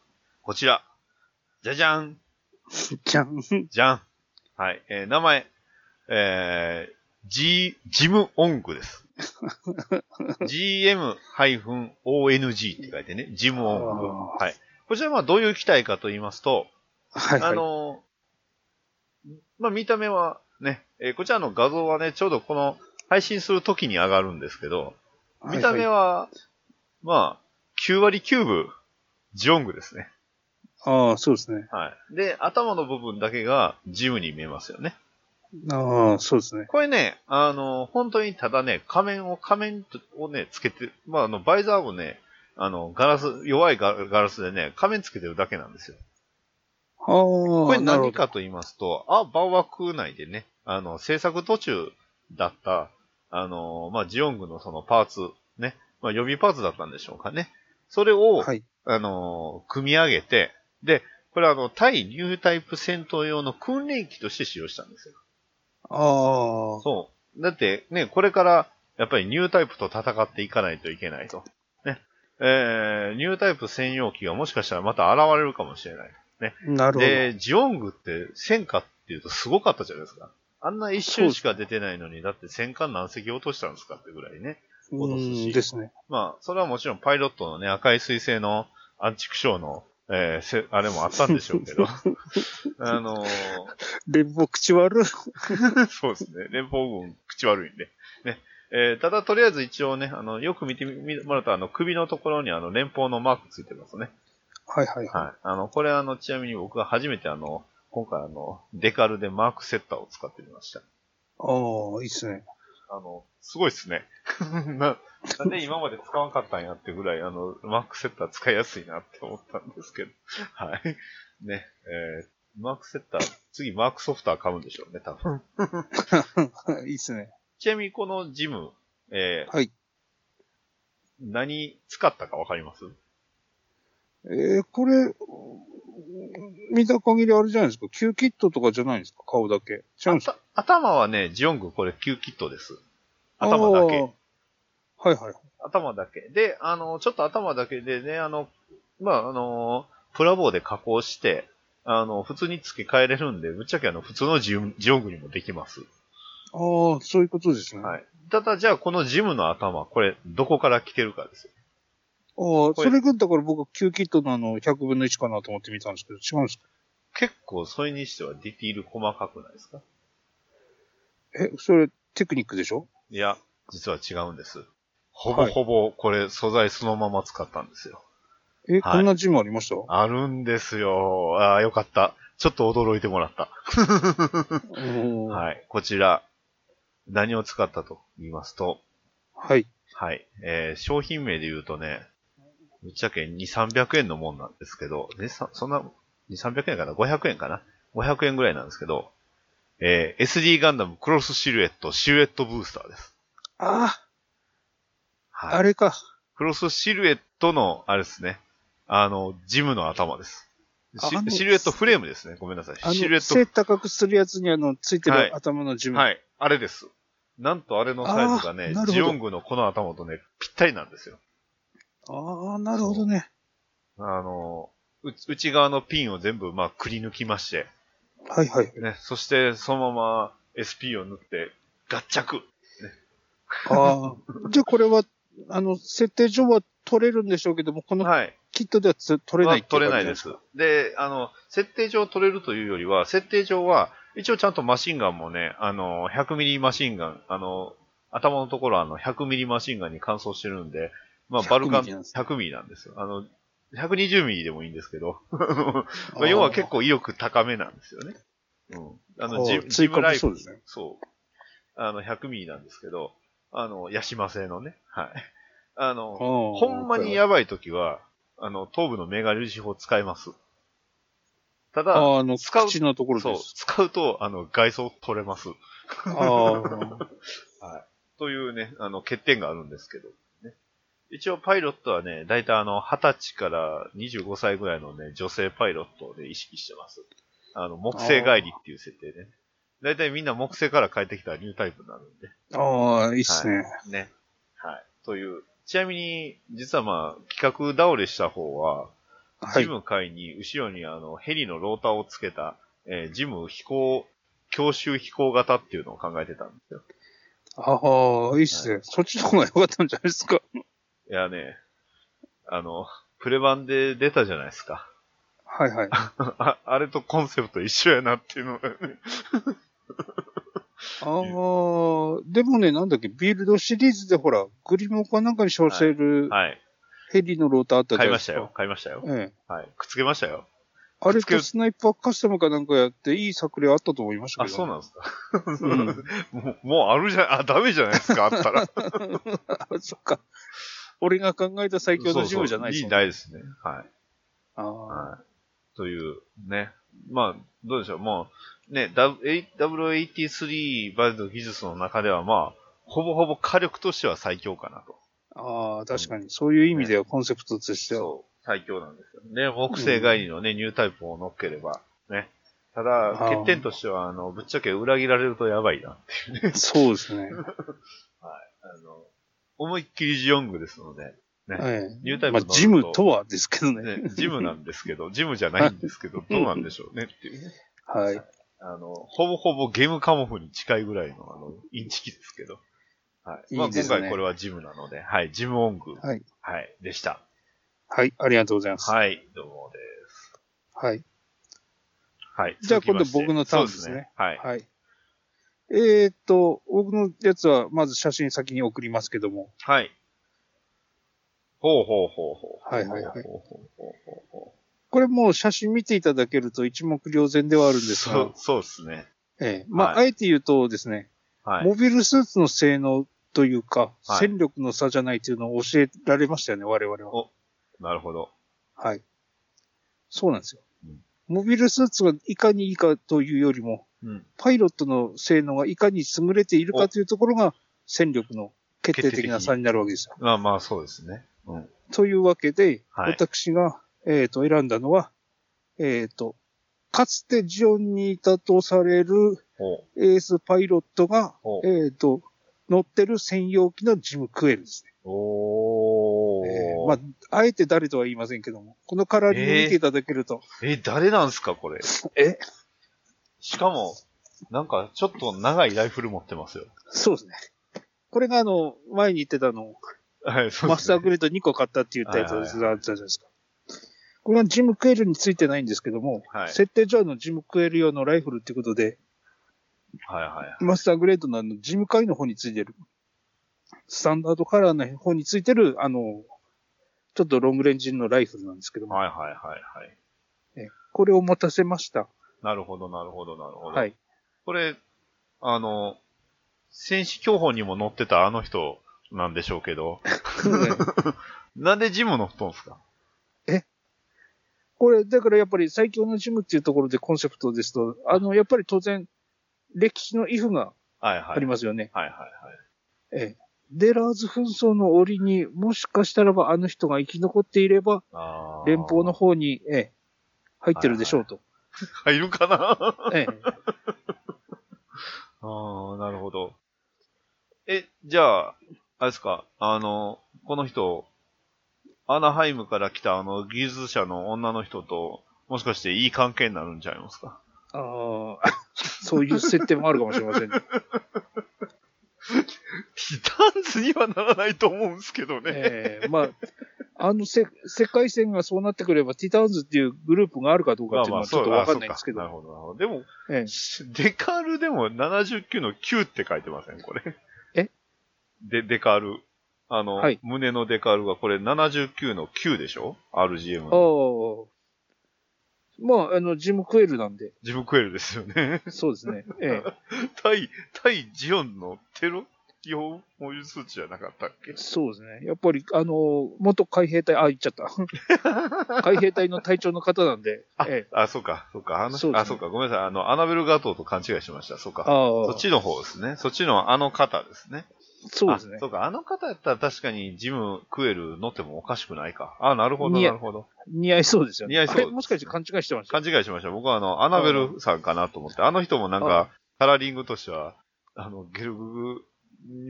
[SPEAKER 2] こちら。じゃじゃん
[SPEAKER 3] じゃん。
[SPEAKER 2] じゃんはい。えー、名前、えー、G、ジムオング です。GM-ONG って書いてね。ジムオング。
[SPEAKER 3] あ
[SPEAKER 2] はい。こちらはまあどういう機体かと言いますと、
[SPEAKER 3] はい、はい。
[SPEAKER 2] あのー、まあ、見た目はね、えーこちらの画像はね、ちょうどこの配信するときに上がるんですけど、
[SPEAKER 3] はい、
[SPEAKER 2] 見た目
[SPEAKER 3] は
[SPEAKER 2] は、まあ、9割9分、ジオングですね。
[SPEAKER 3] い。ああ、そうですね。
[SPEAKER 2] はい。で、頭の部分だけがジムに見えますよね。
[SPEAKER 3] ああ、そうですね。
[SPEAKER 2] これね、あのー、本当にただね、仮面を、仮面をね、つけて、まあ、あの、バイザーをね、あの、ガラス、弱いガガラスでね、仮面つけてるだけなんですよ。
[SPEAKER 3] ああ、こ
[SPEAKER 2] これ何かと言いますと、あ、バワク内でね、あの、制作途中だった、あの、まあ、ジオングのそのパーツ、ね、まあ、予備パーツだったんでしょうかね。それを、
[SPEAKER 3] はい。
[SPEAKER 2] あの、組み上げて、で、これあの、対ニュータイプ戦闘用の訓練機として使用したんですよ。
[SPEAKER 3] ああ、は
[SPEAKER 2] そう。だってね、これから、やっぱりニュータイプと戦っていかないといけないと。ね。えー、ニュータイプ専用機がもしかしたらまた現れるかもしれない。
[SPEAKER 3] いなるほど。
[SPEAKER 2] で、ジオングって戦火っていうとすごかったじゃないですか。あんな一周しか出てないのに、だって戦艦何隻落としたんですかってぐらいね。
[SPEAKER 3] う
[SPEAKER 2] 戻すし
[SPEAKER 3] んですね。
[SPEAKER 2] まあ、それはもちろんパイロットのね、赤い彗星のアンチクショーの、えーせあれもあったんでしょうけど。あの
[SPEAKER 3] 連邦口悪い。
[SPEAKER 2] ーそうですね。連邦軍、口悪いんで。ね。えーただ、とりあえず一応ね、あの、よく見てみ見もらうと、あの、首のところにあの、連邦のマークついてますね。
[SPEAKER 3] はいはいはい。
[SPEAKER 2] はい。あの、これあの、ちなみに僕が初めてあの、今回あの、デカルでマークセッターを使ってみました。
[SPEAKER 3] ああ、いいですね。
[SPEAKER 2] あの、すごいっすね。 ななんで今まで使わなかったんやってぐらい、あの、マークセッター使いやすいなって思ったんですけど。 はい。ね、えー、マークセッター、次マークソフター買うんでしょうね、多分。
[SPEAKER 3] いいですね。
[SPEAKER 2] ちなみにこのジム、えー、
[SPEAKER 3] はい。
[SPEAKER 2] 何使ったかわかります
[SPEAKER 3] えー、これ、見た限りあれじゃないですか。キューキットとかじゃないですか。顔だけ。違うんですか
[SPEAKER 2] た頭はね、ジオングこれ旧キットです。頭だけ。。
[SPEAKER 3] あーはいはい。
[SPEAKER 2] 頭だけ。で、あの、ちょっと頭だけでね、あの、まあ、あの、プラ棒で加工して、あの、普通に付け替えれるんで、ぶっちゃけあの、普通のジムジオングにもできます。
[SPEAKER 3] ああ、そういうことですね。あ
[SPEAKER 2] はい。ただ、じゃあ、このジムの頭、これ、どこから来てるかですよ。
[SPEAKER 3] あ、
[SPEAKER 2] こ
[SPEAKER 3] そ
[SPEAKER 2] れ
[SPEAKER 3] れがだから僕はキューキットのあの、100分の1かなと思って見たんですけど、違うんですか
[SPEAKER 2] 結構、それにしてはディティール細かくないですか
[SPEAKER 3] え、それテクニックでしょ
[SPEAKER 2] いや、実は違うんです。ほぼほぼこれ素材そのまま使ったんですよ。
[SPEAKER 3] え、こんな字もありました
[SPEAKER 2] あるんですよ。ああ、よかった。ちょっと驚いてもらった。
[SPEAKER 3] うんはい。
[SPEAKER 2] はい。こちら、何を使ったと言いますと、
[SPEAKER 3] はい。
[SPEAKER 2] はい。えー商品名で言うとね、ぶっちゃけ2、300円のもんなんですけど、でさそんな、2、300円かな ?500 円かな ?500 円ぐらいなんですけど、えー SD ガンダムクロスシルエットシルエットブースターです。
[SPEAKER 3] ああ、
[SPEAKER 2] はい。
[SPEAKER 3] あれか。
[SPEAKER 2] クロスシルエットの、あれですね。あの、ジムの頭です。シ
[SPEAKER 3] あの
[SPEAKER 2] シルエットフレームですね。ごめんなさ
[SPEAKER 3] あ
[SPEAKER 2] い。シルエ
[SPEAKER 3] の、
[SPEAKER 2] ット
[SPEAKER 3] 背高くするやつにあの、ついて
[SPEAKER 2] はい
[SPEAKER 3] る頭の字も。
[SPEAKER 2] はい。あれです。なんとあれのサイズが
[SPEAKER 3] あー
[SPEAKER 2] ね
[SPEAKER 3] なるほ、ど
[SPEAKER 2] ジオングのこの頭とね、ぴったりなんですよ。
[SPEAKER 3] ああ、なるほどね。
[SPEAKER 2] あの、う内側のピンを全部、まあ、くり抜きまして、
[SPEAKER 3] はいはい。
[SPEAKER 2] ね、そしてそのまま SP を塗って、合着
[SPEAKER 3] ああ。 じゃあこれは、あの、設定上は取れるんでしょうけども、この
[SPEAKER 2] はい。
[SPEAKER 3] キットではつ取れない
[SPEAKER 2] まあ取れないです。。で、あの、設定上取れるというよりは、設定上は、一応ちゃんとマシンガンもね、あの、100ミリマシンガン、あの、頭のところはあの、100ミリマシンガンに換装してるんで、まあ、バルカン
[SPEAKER 3] 100ミリなんです
[SPEAKER 2] 100ミリなんですよ。あの、120ミリでもいいんですけど、 ま
[SPEAKER 3] あ
[SPEAKER 2] あ、
[SPEAKER 3] ー
[SPEAKER 2] 要は結構威力高めなんですよね。うん。あの、ジ
[SPEAKER 3] あー
[SPEAKER 2] ムジ
[SPEAKER 3] 追加
[SPEAKER 2] ム
[SPEAKER 3] も
[SPEAKER 2] ライフ
[SPEAKER 3] そうですね
[SPEAKER 2] そう。あの、100ミリなんですけど、あの、ヤシマ製のね、はい。あの、
[SPEAKER 3] ほ
[SPEAKER 2] ほんまにやばいときは、あの、頭部のメガ粒子砲使います。ただ、
[SPEAKER 3] ああの、
[SPEAKER 2] 使う
[SPEAKER 3] 口のところ
[SPEAKER 2] そう
[SPEAKER 3] で、す。
[SPEAKER 2] 使うと、あの、外装取れます。
[SPEAKER 3] あ
[SPEAKER 2] というね、あの、欠点があるんですけど、ね。一応、パイロットはね、だいたいあの、20歳から25歳ぐらいのね、女性パイロットで意識してます。あの、木星帰りっていう設定ね。だいたいみんな木星から帰ってきたらニュータイプになるんで。
[SPEAKER 3] あ。ああ、いいっすね。
[SPEAKER 2] ね。はい。という。ちなみに、実はまあ、企画倒れした方は、
[SPEAKER 3] は
[SPEAKER 2] ジ
[SPEAKER 3] い。
[SPEAKER 2] ム会に後ろにあのヘリのローターをつけた、えージム飛行、強襲飛行型っていうのを考えてたんですよ。
[SPEAKER 3] ああ、いいっすね。そっちの方が良かったんじゃないですか。
[SPEAKER 2] いやね、あの、プレ版で出たじゃないですか。
[SPEAKER 3] はいはい。あ
[SPEAKER 2] ああれとコンセプト一緒やなって いうのがね。
[SPEAKER 3] あ、でもね、なんだっけ、ビールドシリーズでほら、グリモかなんかに称せる
[SPEAKER 2] はい。
[SPEAKER 3] ヘリのローターあったじゃ
[SPEAKER 2] 買い
[SPEAKER 3] ない
[SPEAKER 2] ま
[SPEAKER 3] で
[SPEAKER 2] し
[SPEAKER 3] す
[SPEAKER 2] た
[SPEAKER 3] か。
[SPEAKER 2] よ。買いましたよ。
[SPEAKER 3] ええ。
[SPEAKER 2] はい。くっつけましたよ。
[SPEAKER 3] あれ
[SPEAKER 2] つけ
[SPEAKER 3] とスナイパーカスタムかなんかやって、いい作例あったと思いました
[SPEAKER 2] あ、
[SPEAKER 3] け
[SPEAKER 2] そう
[SPEAKER 3] ど。
[SPEAKER 2] なんですか。
[SPEAKER 3] あ、そうなん
[SPEAKER 2] もう、もうあるじゃ、あ、ダメじゃないですか、あった ら。
[SPEAKER 3] あ、 そっか。俺が考えた最強のジムじゃない
[SPEAKER 2] で
[SPEAKER 3] です
[SPEAKER 2] ね。い
[SPEAKER 3] すもん
[SPEAKER 2] い
[SPEAKER 3] ね
[SPEAKER 2] ないですね。はい。
[SPEAKER 3] あ
[SPEAKER 2] はい。という、ね。まあ、どうでしょう。もう、ね、ダブ A- W83 バイの技術の中では、まあ、ほぼほぼ火力としては最強かなと。
[SPEAKER 3] あああ、確かに。そういう意味ではコンセプトとしては。
[SPEAKER 2] そう。最強なんですよね。木星帰りのね、ニュータイプを乗っければ、ね。ただ、
[SPEAKER 3] あー
[SPEAKER 2] 欠点としては、あの、ぶっちゃけ裏切られるとやばいなって。
[SPEAKER 3] そうですね。
[SPEAKER 2] あの、思いっきりジオングですので、
[SPEAKER 3] え
[SPEAKER 2] ニュータ
[SPEAKER 3] え。
[SPEAKER 2] イプ
[SPEAKER 3] まあ、
[SPEAKER 2] の
[SPEAKER 3] ジムとはですけどね。
[SPEAKER 2] ね、ジムなんですけど、ジムじゃないんですけど、どうなんでしょうねっていうね。
[SPEAKER 3] はい。
[SPEAKER 2] あの、ほぼほぼゲームカモフに近いぐらいの、あの、インチキですけど。はい。まあ、
[SPEAKER 3] いいです
[SPEAKER 2] 今
[SPEAKER 3] ね
[SPEAKER 2] 回これはジムなので、はい、ジム音具。
[SPEAKER 3] はい。
[SPEAKER 2] はい、でした。
[SPEAKER 3] はい、ありがとうございます。
[SPEAKER 2] はい、どうもです。
[SPEAKER 3] はい。
[SPEAKER 2] はい。
[SPEAKER 3] じゃあ
[SPEAKER 2] 続きまして
[SPEAKER 3] 今度僕のターンですね
[SPEAKER 2] そうはい。
[SPEAKER 3] はい。えーっと、僕のやつは、まず写真先に送りますけども。
[SPEAKER 2] はい。ほうほうほうほう。
[SPEAKER 3] はいはいはい
[SPEAKER 2] ほうほうほうほうほ
[SPEAKER 3] これもう写真見ていただけると一目瞭然ではあるん
[SPEAKER 2] う
[SPEAKER 3] で
[SPEAKER 2] そ
[SPEAKER 3] すが
[SPEAKER 2] う、、そうですね。
[SPEAKER 3] ええまあ、
[SPEAKER 2] は
[SPEAKER 3] あえて言うとですね、
[SPEAKER 2] はい。
[SPEAKER 3] モビルスーツの性能というか、
[SPEAKER 2] はい
[SPEAKER 3] 戦力の差じゃないというのを教えられましたよね、我々は。
[SPEAKER 2] なるほど。
[SPEAKER 3] はい。そうなんですよ
[SPEAKER 2] うん。
[SPEAKER 3] モビルスーツがいかにいいかというよりも、
[SPEAKER 2] うん。
[SPEAKER 3] パイロットの性能がいかに優れているかというところが、戦力の決定的な差になるわけですよ。
[SPEAKER 2] まあまあ、そうですね。うん。
[SPEAKER 3] というわけで、
[SPEAKER 2] はい
[SPEAKER 3] 私が、えー、と選んだのは、えっ、と、かつてジオンにいたとされる
[SPEAKER 2] ほう。
[SPEAKER 3] エースパイロットが、
[SPEAKER 2] ほう。
[SPEAKER 3] えっ、と、乗ってる専用機のジムクエルですね。
[SPEAKER 2] おー。
[SPEAKER 3] えーまあ、あえて誰とは言いませんけども、このカラーリング見ていただけると、
[SPEAKER 2] え、誰なんすか、これ。
[SPEAKER 3] え
[SPEAKER 2] しかも、なんか、ちょっと長いライフル持ってますよ。
[SPEAKER 3] そうですね。これがあの、前に言ってたあの、
[SPEAKER 2] はい、そう
[SPEAKER 3] マスター
[SPEAKER 2] ね。
[SPEAKER 3] グレード2個買ったって言ったやつ
[SPEAKER 2] はい
[SPEAKER 3] があ
[SPEAKER 2] は
[SPEAKER 3] っ
[SPEAKER 2] い
[SPEAKER 3] たじゃないですか。これはジムクエルについてないんですけども、
[SPEAKER 2] はい
[SPEAKER 3] 設定上のジムクエル用のライフルっていうことで、
[SPEAKER 2] はいはい。
[SPEAKER 3] マスターグレードのあの、ジム会の方についてる、スタンダードカラーの方についてる、あの、ちょっとロングレンジのライフルなんですけども、
[SPEAKER 2] はいはいはいはい。
[SPEAKER 3] えこれを持たせました。
[SPEAKER 2] なるほどなるほどなるほど。
[SPEAKER 3] はい。
[SPEAKER 2] これ、あの、戦士教本にも載ってたあの人なんでしょうけ ど、なんでジム乗っとんすか
[SPEAKER 3] これ、だからやっぱり最強のジムっていうところでコンセプトですと、あの、やっぱり当然、歴史のイフが
[SPEAKER 2] はいはい。
[SPEAKER 3] ありますよね。
[SPEAKER 2] はいはいはい。
[SPEAKER 3] ええ。デラーズ紛争の折にもしかしたらばあの人が生き残っていれば、
[SPEAKER 2] あー
[SPEAKER 3] 連邦の。方に、ええ、入ってるでしょうと。
[SPEAKER 2] 入るかな
[SPEAKER 3] ええ。
[SPEAKER 2] ああ、なるほど。え、じゃあ、あれですか、あの、この人、アナハイムから来たあの技術者の女の人と、もしかしていい関係になるんちゃいますか
[SPEAKER 3] ああ、 そういう設定もあるかもしれませんね。
[SPEAKER 2] ティタンズにはならないと思うんですけどね。
[SPEAKER 3] ええ、まあ、あのせ、世界線がそうなってくれば、ティターンズっていうグループがあるかどうかっていうのはちょっとわかんないんですけ
[SPEAKER 2] あ
[SPEAKER 3] ど。
[SPEAKER 2] そうかなるほど、なるほど。でも、
[SPEAKER 3] ええ
[SPEAKER 2] デカールでも79の9って書いてません、これ。
[SPEAKER 3] え
[SPEAKER 2] で、デカール。あの、
[SPEAKER 3] はい
[SPEAKER 2] 胸のデカールがこれ79の9でしょ ?RGM
[SPEAKER 3] ああ
[SPEAKER 2] の。
[SPEAKER 3] まあ、あの、ジム・クエルなんで、
[SPEAKER 2] ジムクエルですよね。
[SPEAKER 3] そうですね。ええ、
[SPEAKER 2] 対、対ジオンのテロ基本保有数値じゃなかったっけ
[SPEAKER 3] そうですね。やっぱり、あの、元海兵隊、あ、言っち ゃった。海兵隊の隊長の方なんで、ええ、
[SPEAKER 2] あ、そうか、そうか、あの、
[SPEAKER 3] そうですね
[SPEAKER 2] あ、そうか、ごめんなさい、あの、アナベルガトーと勘違いしました、そうか。
[SPEAKER 3] あ
[SPEAKER 2] そ
[SPEAKER 3] あ
[SPEAKER 2] っ、ちの方ですね。そっちのあの方ですね。
[SPEAKER 3] そうですね
[SPEAKER 2] あ。そうか、あの方やったら確かにジムクエル乗ってもおかしくないか。あ、なるほど、
[SPEAKER 3] 似合
[SPEAKER 2] ないるほど。
[SPEAKER 3] 似合いそうですよね。
[SPEAKER 2] 似合いそう
[SPEAKER 3] あれもしかして勘違いしてました。
[SPEAKER 2] 勘違いしました。僕はあの、アナベルさんかなと思って、あの人もなんか、カラーリングとしては、あの、ゲルググ、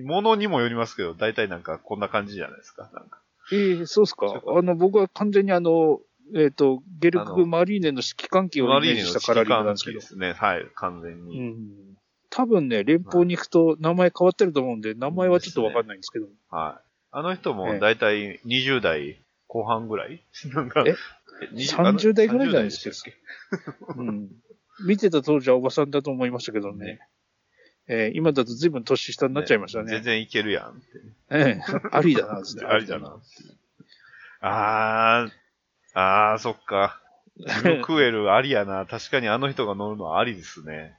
[SPEAKER 2] ものにもよりますけど、大体なんかこんな感じじゃないですか。なんか
[SPEAKER 3] ええ、そうですか。あの、僕は完全にあの、えっ、と、ゲル
[SPEAKER 2] あ
[SPEAKER 3] ク・
[SPEAKER 2] の
[SPEAKER 3] マリーネの指揮官機をイメージしたカ
[SPEAKER 2] カ
[SPEAKER 3] ラリング
[SPEAKER 2] ラ
[SPEAKER 3] なん
[SPEAKER 2] ー
[SPEAKER 3] で
[SPEAKER 2] リ
[SPEAKER 3] す
[SPEAKER 2] ン
[SPEAKER 3] け
[SPEAKER 2] グ
[SPEAKER 3] ど
[SPEAKER 2] で。すね。はい、完全
[SPEAKER 3] う
[SPEAKER 2] に。
[SPEAKER 3] ん。多分ね、連邦に行くと名前変わってると思うんで、名前はちょっとわかんないんですけど。
[SPEAKER 2] はい。あの人
[SPEAKER 3] え
[SPEAKER 2] も
[SPEAKER 3] え
[SPEAKER 2] 大体20代後半ぐらいなんか、
[SPEAKER 3] え
[SPEAKER 2] 20
[SPEAKER 3] 30代ぐらいじゃな
[SPEAKER 2] 30代で
[SPEAKER 3] いで
[SPEAKER 2] し
[SPEAKER 3] す
[SPEAKER 2] たっけ
[SPEAKER 3] うん。見てた当時はおばさんだと思いましたけどね。
[SPEAKER 2] ね
[SPEAKER 3] えー今だと随分年下になっちゃいましたね。
[SPEAKER 2] 全然いけるやんって。
[SPEAKER 3] ええありだな、つって
[SPEAKER 2] ありだな。あー、あー、そっか。ジムクエルありや な。確かにあの人が乗るのはありですね。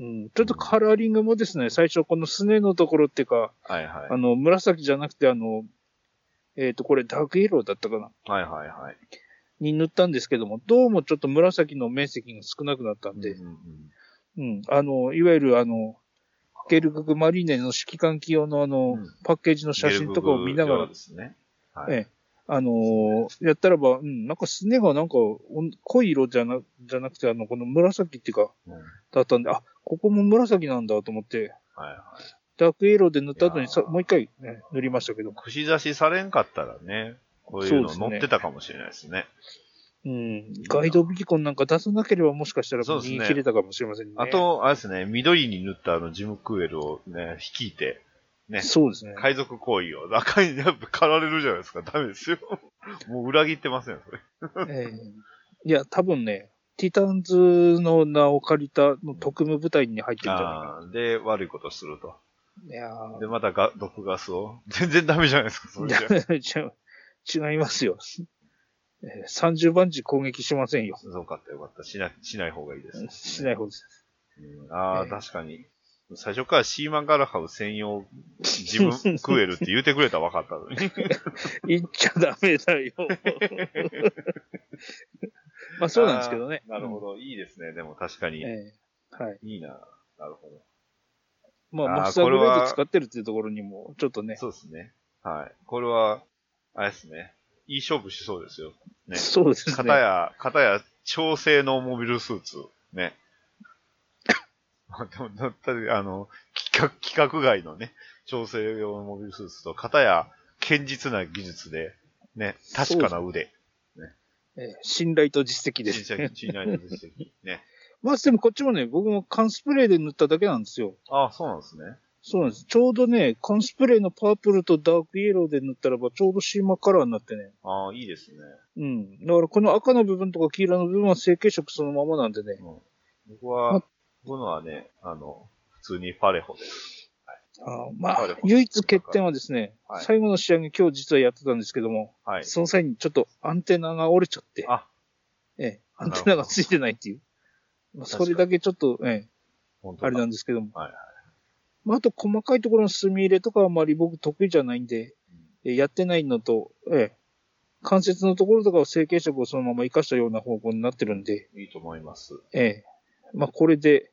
[SPEAKER 3] うん。ちょっとカラーリングもですね、最初このスネのところっていうか、
[SPEAKER 2] はいはい。
[SPEAKER 3] あの、紫じゃなくて、あの、えっ、と、これダークイエローだったかな
[SPEAKER 2] はいはいはい。
[SPEAKER 3] に塗ったんですけども、どうもちょっと紫の面積が少なくなったんで、
[SPEAKER 2] うんうんうん
[SPEAKER 3] うん。あの、いわゆるあの、ゲルググマリーネの指揮官機用のあの、
[SPEAKER 2] うん
[SPEAKER 3] パッケージの写真とかを見
[SPEAKER 2] ゲルブ
[SPEAKER 3] なが
[SPEAKER 2] グ
[SPEAKER 3] ら
[SPEAKER 2] 上、ですね。は
[SPEAKER 3] え
[SPEAKER 2] い。
[SPEAKER 3] えあのーやったらば、うん、なんかすねがなんか、おん濃い色じゃな、じゃなくて、あの、この紫っていうか、
[SPEAKER 2] うんはい
[SPEAKER 3] だったんで、あ、ここも紫なんだと思って、
[SPEAKER 2] はい。
[SPEAKER 3] ダークイエローで塗った後にさ
[SPEAKER 2] いやー
[SPEAKER 3] もう一回、ね、塗りましたけど、
[SPEAKER 2] 串刺しされんかったらね、こういうの
[SPEAKER 3] そうですね
[SPEAKER 2] 乗ってたかもしれないですね。
[SPEAKER 3] うん、ガイドビーコンなんか出さなければもしかしたら
[SPEAKER 2] そうですね
[SPEAKER 3] 見切れたかもしれませんね。
[SPEAKER 2] あ、と、あれですね、緑に塗ったあのジムクエルをね、率いて、ね、
[SPEAKER 3] そうですね。
[SPEAKER 2] 海賊行為を赤にやっぱ狩られるじゃないですか。ダメですよ。 もう裏切ってません、それ。
[SPEAKER 3] ええいや、多分ね、ティタンズの名を借りたの特務部隊に入ってるんじゃないか
[SPEAKER 2] あーで、悪いことすると。
[SPEAKER 3] な。いやー
[SPEAKER 2] で、またが毒ガスを。全然ダメじゃないですか、それじ ゃ。
[SPEAKER 3] い や違う違いますよ。えー30番地攻撃しませんよ。
[SPEAKER 2] そうかったよかった。しない、しない方がいいです。
[SPEAKER 3] しない方です。
[SPEAKER 2] うんああ、
[SPEAKER 3] ええ
[SPEAKER 2] 確かに。最初からシーマンガラハウ専用ジムクエルって言うてくれたら分かったのに。
[SPEAKER 3] 言っちゃダメだよ。 まあそうなんですけどね。
[SPEAKER 2] あーなるほど。いいですね。でも確か
[SPEAKER 3] う
[SPEAKER 2] に。
[SPEAKER 3] ん。ええはい。
[SPEAKER 2] いいな。なるほど。
[SPEAKER 3] まあ、
[SPEAKER 2] あー
[SPEAKER 3] マスターグレー
[SPEAKER 2] これ
[SPEAKER 3] ド
[SPEAKER 2] は
[SPEAKER 3] 使ってるっていうところにも、ちょっとね
[SPEAKER 2] そうですね。はい。これは、あれですね。いい勝負しそうですよ。ね。
[SPEAKER 3] そうですね。
[SPEAKER 2] 片や、片や、調整のモビルスーツ。ね。 まあでも、だったりあの、企画、企画外のね、調整用のモビルスーツと、片や、堅実な技術で、ね、確かな腕。
[SPEAKER 3] ええ信頼と実績で
[SPEAKER 2] 小
[SPEAKER 3] す。
[SPEAKER 2] さい、小さいの実績。ね。
[SPEAKER 3] まあでもこっちもね、僕も缶スプレーで塗っただけなんですよ。
[SPEAKER 2] ああ、そうなんですね。
[SPEAKER 3] そうなんです。ちょうどね、缶スプレーのパープルとダークイエローで塗ったらば、ちょうどシーマカラーになってね。
[SPEAKER 2] ああ、いいですね。
[SPEAKER 3] うん。だからこの赤の部分とか黄色の部分は成形色そのままなんでね。
[SPEAKER 2] うん僕
[SPEAKER 3] ま
[SPEAKER 2] は、僕のはね、あの、通にファレホです。
[SPEAKER 3] あーま
[SPEAKER 2] な
[SPEAKER 3] あ
[SPEAKER 2] るほ、ど
[SPEAKER 3] 唯一欠点はですね、
[SPEAKER 2] はい
[SPEAKER 3] 最後の仕上げ今日実はやってたんですけども、
[SPEAKER 2] はい。
[SPEAKER 3] その際にちょっとアンテナが折れちゃって、
[SPEAKER 2] あ
[SPEAKER 3] ええ、アンテナがついてないっていう。まあ
[SPEAKER 2] 確か
[SPEAKER 3] そ
[SPEAKER 2] に
[SPEAKER 3] れだけちょっと、ええ、
[SPEAKER 2] 本当
[SPEAKER 3] あれな
[SPEAKER 2] だ。
[SPEAKER 3] んですけども。
[SPEAKER 2] はいはい
[SPEAKER 3] まあ、あと細かいところの墨入れとかはあまり僕得意じゃないんで、ええやってないのと、ええ、関節のところとかを成形色をそのまま活かしたような方向になってるんで、
[SPEAKER 2] いいと思います。
[SPEAKER 3] ええ、まあ、これで、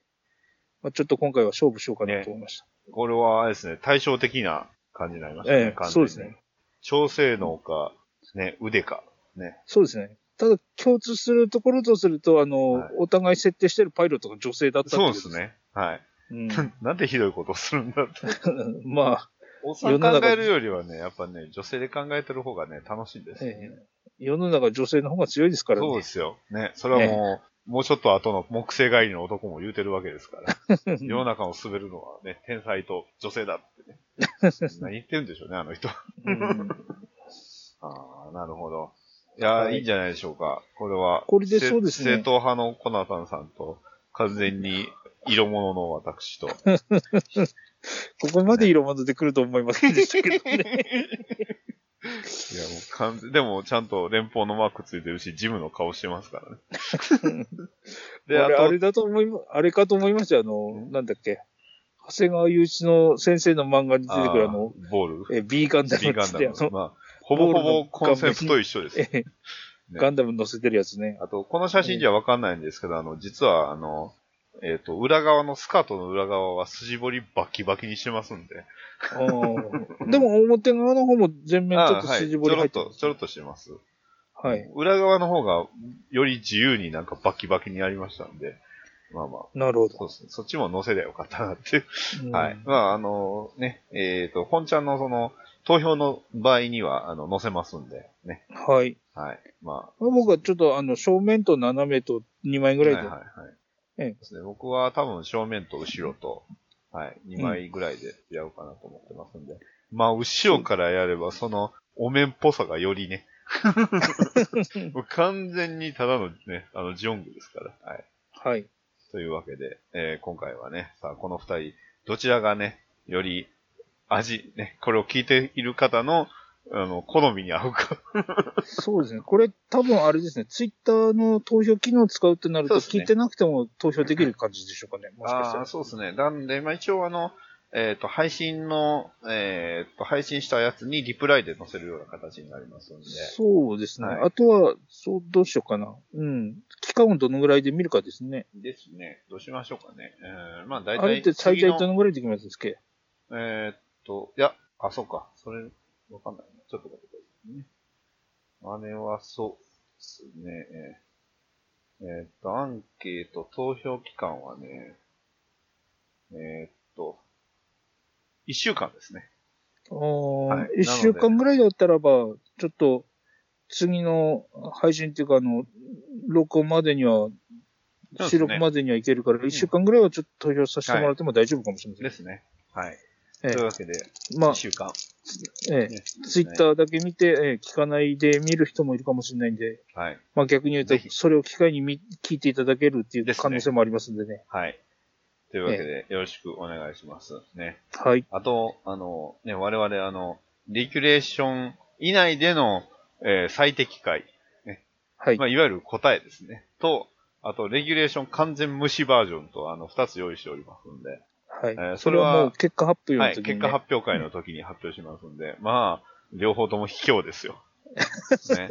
[SPEAKER 3] まあ、ちょっと今回は勝負しようかなと思いました。
[SPEAKER 2] これは、あれですね、対照的な感じになりましたね。
[SPEAKER 3] ええ
[SPEAKER 2] 完全に
[SPEAKER 3] そうですね。
[SPEAKER 2] 調整能か、ね、腕か。ね。
[SPEAKER 3] そうですね。ただ共通するところとすると、あの、
[SPEAKER 2] はい
[SPEAKER 3] お互い設定してるパイロットが女性だったってい
[SPEAKER 2] そう
[SPEAKER 3] こ
[SPEAKER 2] で
[SPEAKER 3] と
[SPEAKER 2] す。ね。はい。
[SPEAKER 3] うん、
[SPEAKER 2] なんてひどいことをするんだ って。
[SPEAKER 3] まあ、
[SPEAKER 2] おっさん考えるよりはね、やっぱね、女性で考えてる方がね、楽しいんですよね。
[SPEAKER 3] ええ世の中女性の方が強いですからね。
[SPEAKER 2] そうですよ。ね。それはもう、もうちょっと後の木星帰りの男も言うてるわけですから。 世の中を滑るのはね、天才と女性だ ってね。何言ってるんでしょうね、あの人。
[SPEAKER 3] うん
[SPEAKER 2] ああ、なるほど。いやー、
[SPEAKER 3] はい
[SPEAKER 2] い、いんじゃないでしょうか。これは。
[SPEAKER 3] これでそうですね
[SPEAKER 2] せ正統派のコナタンさんと、完全に色物の私と。
[SPEAKER 3] ここまで色混ぜてくると思いませんでしたけどね。
[SPEAKER 2] いや、もう完全、でもちゃんと連邦のマークついてるし、ジムの顔してますからね。 で、あ
[SPEAKER 3] あれ
[SPEAKER 2] と、
[SPEAKER 3] あれだと思いま、あれかと思いましたよ。あの、なんだっけ。長谷川雄一の先生の漫画に出てくるあの、
[SPEAKER 2] ーボール。
[SPEAKER 3] え、B ガンダム
[SPEAKER 2] ビー
[SPEAKER 3] っ
[SPEAKER 2] ガ
[SPEAKER 3] つ
[SPEAKER 2] ン
[SPEAKER 3] っ
[SPEAKER 2] ダ
[SPEAKER 3] て、あ
[SPEAKER 2] ム。
[SPEAKER 3] の、
[SPEAKER 2] まあ、ほぼほぼコンセプト一緒です。
[SPEAKER 3] え、ガンダムに載せてるやつ ね。
[SPEAKER 2] あと、この写真じゃわかんないんですけど、あの、実は、あの、えっ、と、裏側の、スカートの裏側は筋彫りバキバキにしてますんで。
[SPEAKER 3] うんでも表側の方も全面ちょっと筋彫り入って
[SPEAKER 2] あーはいちょろっと、ちょろっとしてます。
[SPEAKER 3] と。はい。
[SPEAKER 2] 裏側の方が、より自由になんかバキバキにやりましたんで、まあまあ、
[SPEAKER 3] なるほど。
[SPEAKER 2] そうですね。そっちも載せりゃよかったなっていう。
[SPEAKER 3] うん
[SPEAKER 2] はい。まあ、あの、ね、えっ、と、本ちゃんのその、投票の場合には、あの、載せますんで、ね。
[SPEAKER 3] はい。
[SPEAKER 2] はい。まあ、
[SPEAKER 3] 僕はちょっとあの、正面と斜めと2枚ぐらい
[SPEAKER 2] はい
[SPEAKER 3] で
[SPEAKER 2] はいはい。
[SPEAKER 3] ええ
[SPEAKER 2] そうですね。僕は多分正面と後ろと、はい、2枚ぐらいでやろうかなと思ってますんで。まあ、後ろからやれば、その、お面っぽさがより ね。もう完全にただのね、あの、ジオングですから。はい。
[SPEAKER 3] はい。
[SPEAKER 2] というわけで、えー今回はね、さあ、この二人、どちらがね、より味、ね、これを聞いている方の、あの、好みに合うか。
[SPEAKER 3] そうですね。これ多分あれですね。ツイッターの投票機能を使うってなると、
[SPEAKER 2] そうです
[SPEAKER 3] 聞
[SPEAKER 2] ね
[SPEAKER 3] いてなくても投票できる感じでしょうかね。もしかした
[SPEAKER 2] ああ、
[SPEAKER 3] ら。
[SPEAKER 2] そうですね。なんで、まあ一応あの、えっ、と、配信の、えっ、と、配信したやつにリプライで載せるような形になりますんで。
[SPEAKER 3] そうですね。
[SPEAKER 2] はい
[SPEAKER 3] あとは、そう、どうしようかな。うん。期間をどのぐらいで見るかですね。
[SPEAKER 2] ですね。どうしましょうかね。えー、まあ大
[SPEAKER 3] あれ
[SPEAKER 2] 体
[SPEAKER 3] って最
[SPEAKER 2] 次
[SPEAKER 3] 大
[SPEAKER 2] の、
[SPEAKER 3] どのぐらいできますっけ
[SPEAKER 2] えっ、と、いや、あ、そうか。それ、わかんないな。ちょっと待ってくださいね。あれはそうですね。えーえーっと、アンケート投票期間はね、えーっと、1週間ですね。
[SPEAKER 3] ああ、
[SPEAKER 2] はい
[SPEAKER 3] 1週間ぐらいだったらば、ちょっと、次の配信っていうか、あの、録音までには、
[SPEAKER 2] そうですね
[SPEAKER 3] 収録までにはいけるから、1週間ぐらいはちょっと投票させてもらっても大丈夫かもしれません。
[SPEAKER 2] ですね。はい。
[SPEAKER 3] ええ
[SPEAKER 2] というわけで、
[SPEAKER 3] まあ
[SPEAKER 2] 1、週間。
[SPEAKER 3] え
[SPEAKER 2] ね
[SPEAKER 3] え、ツイッターだけ見て、ええ、聞かないで見る人もいるかもしれないんで、
[SPEAKER 2] はい。
[SPEAKER 3] まあ逆に言うと
[SPEAKER 2] ぜ、ひ
[SPEAKER 3] それを機会に見聞いていただけるっていう
[SPEAKER 2] ですね
[SPEAKER 3] 可能性もありますんでね。
[SPEAKER 2] はい。というわけで、よろしくお願いします。ね。
[SPEAKER 3] はい。
[SPEAKER 2] あと、あの、ね、我々、あの、リキュレーション以内での、えー最適解、
[SPEAKER 3] はい。
[SPEAKER 2] まあ、いわゆる答えですね。と、あと、レギュレーション完全無視バージョンと、あの、二つ用意しておりますんで、
[SPEAKER 3] はい。
[SPEAKER 2] ー
[SPEAKER 3] それは
[SPEAKER 2] それは
[SPEAKER 3] もう結果発表の
[SPEAKER 2] はい、
[SPEAKER 3] 時に、ね。
[SPEAKER 2] 結果発表会の時に発表しますんで、まあ、両方とも卑怯です よ。ね、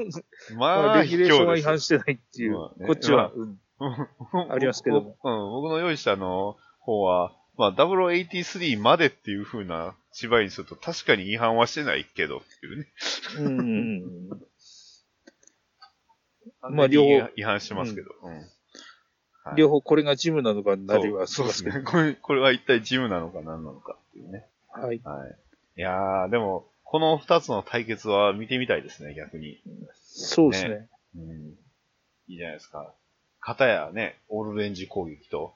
[SPEAKER 3] ま
[SPEAKER 2] ま
[SPEAKER 3] あ、
[SPEAKER 2] あ、
[SPEAKER 3] レ
[SPEAKER 2] 卑
[SPEAKER 3] ギュレーション
[SPEAKER 2] 怯
[SPEAKER 3] は
[SPEAKER 2] で
[SPEAKER 3] 違
[SPEAKER 2] すよ
[SPEAKER 3] 反。してないっていう、
[SPEAKER 2] まあね
[SPEAKER 3] こっちは
[SPEAKER 2] まあ、
[SPEAKER 3] うん
[SPEAKER 2] あ
[SPEAKER 3] ありますけども。
[SPEAKER 2] うん、僕の用意したの方は、まあ、0083までっていう風な芝居にすると、確かに違反はしてないけどっていうね。
[SPEAKER 3] うん うんうん。まあ
[SPEAKER 2] 完全に
[SPEAKER 3] 両方
[SPEAKER 2] 違反してますけど。うんはい
[SPEAKER 3] 両方これがジムなのかなりはし
[SPEAKER 2] そう
[SPEAKER 3] ま
[SPEAKER 2] ですす
[SPEAKER 3] けど。
[SPEAKER 2] ね。これ、これは一体ジムなのか何なのかっていうね。
[SPEAKER 3] はい。
[SPEAKER 2] はい。いやー、でも、この二つの対決は見てみたいですね、逆に。
[SPEAKER 3] そうですね。
[SPEAKER 2] うん。いいじゃないですか。片やね、オールレンジ攻撃と、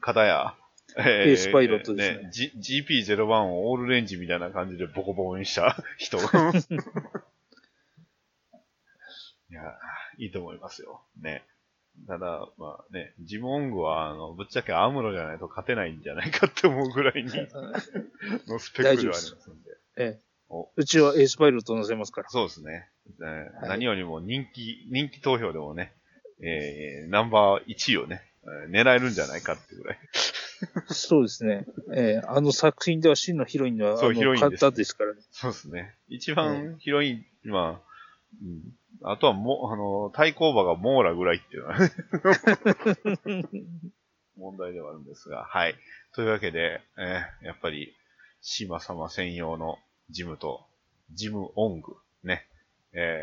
[SPEAKER 2] 片や、え
[SPEAKER 3] エースパイロットですね
[SPEAKER 2] ね G- GP01 をオールレンジみたいな感じでボコボコにした人。い やー、いいと思いますよ。ね。ただ、まあね、ジモングは、あの、ぶっちゃけアムロじゃないと勝てないんじゃないかって思うぐらいに、のスペックルはありますんで。
[SPEAKER 3] ええ
[SPEAKER 2] お。
[SPEAKER 3] うちはエースパイロットを乗せますから。
[SPEAKER 2] そうですね。えー
[SPEAKER 3] はい
[SPEAKER 2] 何よりも人気、人気投票でもね、えーナンバー1位をね、えー狙えるんじゃないかってぐらい。
[SPEAKER 3] そうですね。ええあの作品では真のヒロインは、
[SPEAKER 2] そう
[SPEAKER 3] あ
[SPEAKER 2] ヒロイ
[SPEAKER 3] の、
[SPEAKER 2] ンです
[SPEAKER 3] 簡単ですからね。
[SPEAKER 2] そうですね。一番ヒロイン、まあ、うんあとはもう、あの、対抗馬がモーラぐらいっていうのは ね問題ではあるんですが、はい。というわけで、えーやっぱり、島様専用のジムと、ジムオング、ね。え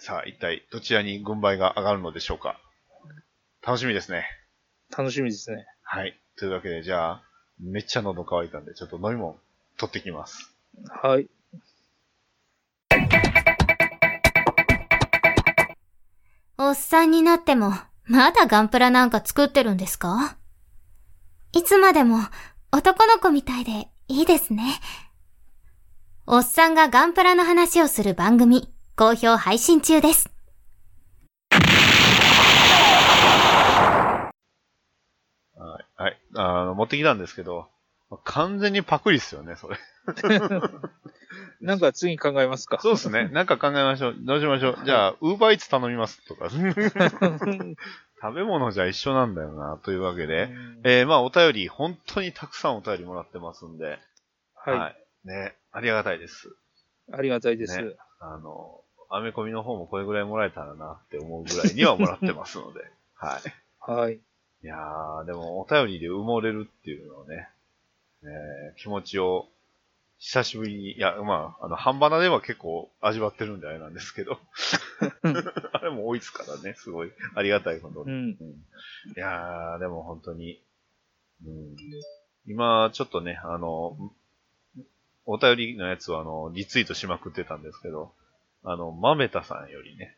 [SPEAKER 2] ーさあ、一体、どちらに軍配が上がるのでしょうか。楽しみですね。
[SPEAKER 3] 楽しみですね。
[SPEAKER 2] はい。というわけで、じゃあ、めっちゃ喉乾いたんで、ちょっと飲み物取ってきます。
[SPEAKER 3] はい。
[SPEAKER 1] おっさんになっても、まだガンプラなんか作ってるんですかいつまでも、男の子みたいで、いいですね。おっさんがガンプラの話をする番組、好評配信中です。
[SPEAKER 2] はい。はい。あの、持ってきたんですけど、完全にパクリっすよね、それ。
[SPEAKER 3] なんか次考えますか。
[SPEAKER 2] そうですね。なんか考えましょう。どうしましょう。じゃあ、ウーバーイーツ頼みますとか。 食べ 物じゃ一緒なんだよな、というわけで。えー、まあ、お便り、本当にたくさんお便りもらってますんで。
[SPEAKER 3] はい。
[SPEAKER 2] いね、ありがたいです。
[SPEAKER 3] ありがたいです。
[SPEAKER 2] ねあの、アメコミの方もこれぐらいもらえたらなって思うぐらいにはもらってますので。 はい。
[SPEAKER 3] はい。
[SPEAKER 2] いやー、でもお便りで埋もれるっていうのはね、えー気持ちを久しぶりに、いや、まあ、あの、半端なでは結構味わってるんであれなんですけど、あれも多いですからね、すごい。ありがたいこと
[SPEAKER 3] う
[SPEAKER 2] に。い
[SPEAKER 3] ん。
[SPEAKER 2] やー、でも本当に、うん、今、ちょっとね、あの、お便りのやつは、あの、リツイートしまくってたんですけど、あの、まめたさんよりね、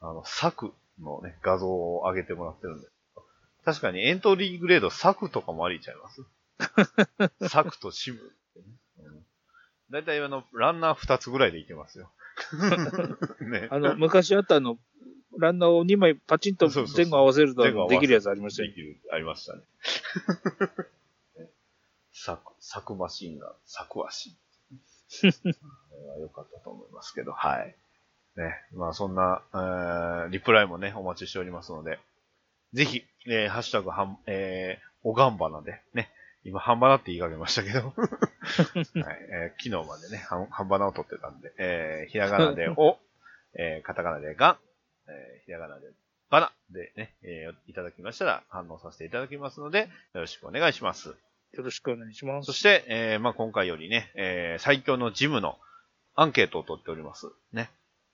[SPEAKER 2] あの、作のね、画像を上げてもらってるんで。確かにエントリーグレード作とかもありちゃいます。作とシムってね、うんだいたいあの、ランナー2つぐらいでいけますよ。ね。
[SPEAKER 3] あの、昔あったあの、ランナーを2枚パチンと
[SPEAKER 2] そうそうそう
[SPEAKER 3] 前後合わせると
[SPEAKER 2] 前後合わせ
[SPEAKER 3] できるやつありました
[SPEAKER 2] で
[SPEAKER 3] よ。
[SPEAKER 2] きる、ありま したね。サク、サクマシンが、サク 足。あれは良かったと思いますけど、はい。ね、まあそんな、えーリプライもね、お待ちしておりますので、ぜひ、えーハッシュタグはん、えーおがんばなで、ね、今、半ばなって言いかけましたけど、はいえー昨日までね、半半ばなを取ってたんで、えーひらがなでお、えーカタカナでがん、えーひらがなでバナでね、えーいただきましたら反応させていただきますので、よろしくお願いします。
[SPEAKER 3] よろしくお願いします
[SPEAKER 2] そ。して、えーまあ、今回よりね、えー最強のジムのアンケートを取っております。ね。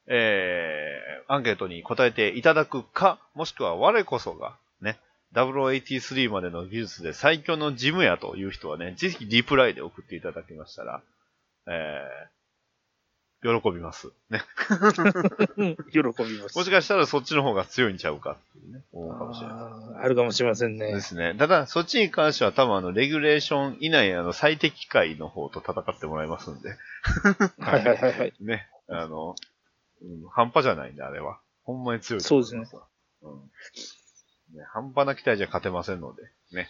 [SPEAKER 2] えーアンケートに答えていただくか、もしくは我こそが、ね、0083までの技術で最強のジムやという人はね、ぜひリプライで送っていただきましたら、えー喜びます。ね。
[SPEAKER 3] うん喜びます。
[SPEAKER 2] もしかしたらそっちの方が強いんちゃうかっていうね、思うかもしれない。
[SPEAKER 3] あーあるかもしれませんね
[SPEAKER 2] で。すね。ただ、そっちに関しては多分あの、レギュレーション以内、あの、最適解の方と戦ってもらいますんで。
[SPEAKER 3] はいはいは いはい。
[SPEAKER 2] ね。あの、うん、半端じゃないんで、あれは。ほんまに強いと思いますわ。うん。ね、半端な期待じゃ勝てませんので、ね。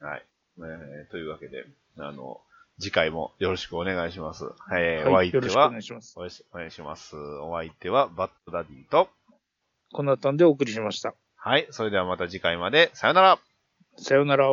[SPEAKER 2] はい。えーというわけで、あの、次回もよろしくお願いします。えー
[SPEAKER 3] は
[SPEAKER 2] お
[SPEAKER 3] い
[SPEAKER 2] 相
[SPEAKER 3] よろ
[SPEAKER 2] 手
[SPEAKER 3] しくお
[SPEAKER 2] は
[SPEAKER 3] 願い、します。
[SPEAKER 2] お願いしお願いします。お相手は、バッドダディと、
[SPEAKER 3] こんなたんでお送りしました。
[SPEAKER 2] はい。それではまた次回まで、さよなら
[SPEAKER 3] さようなら。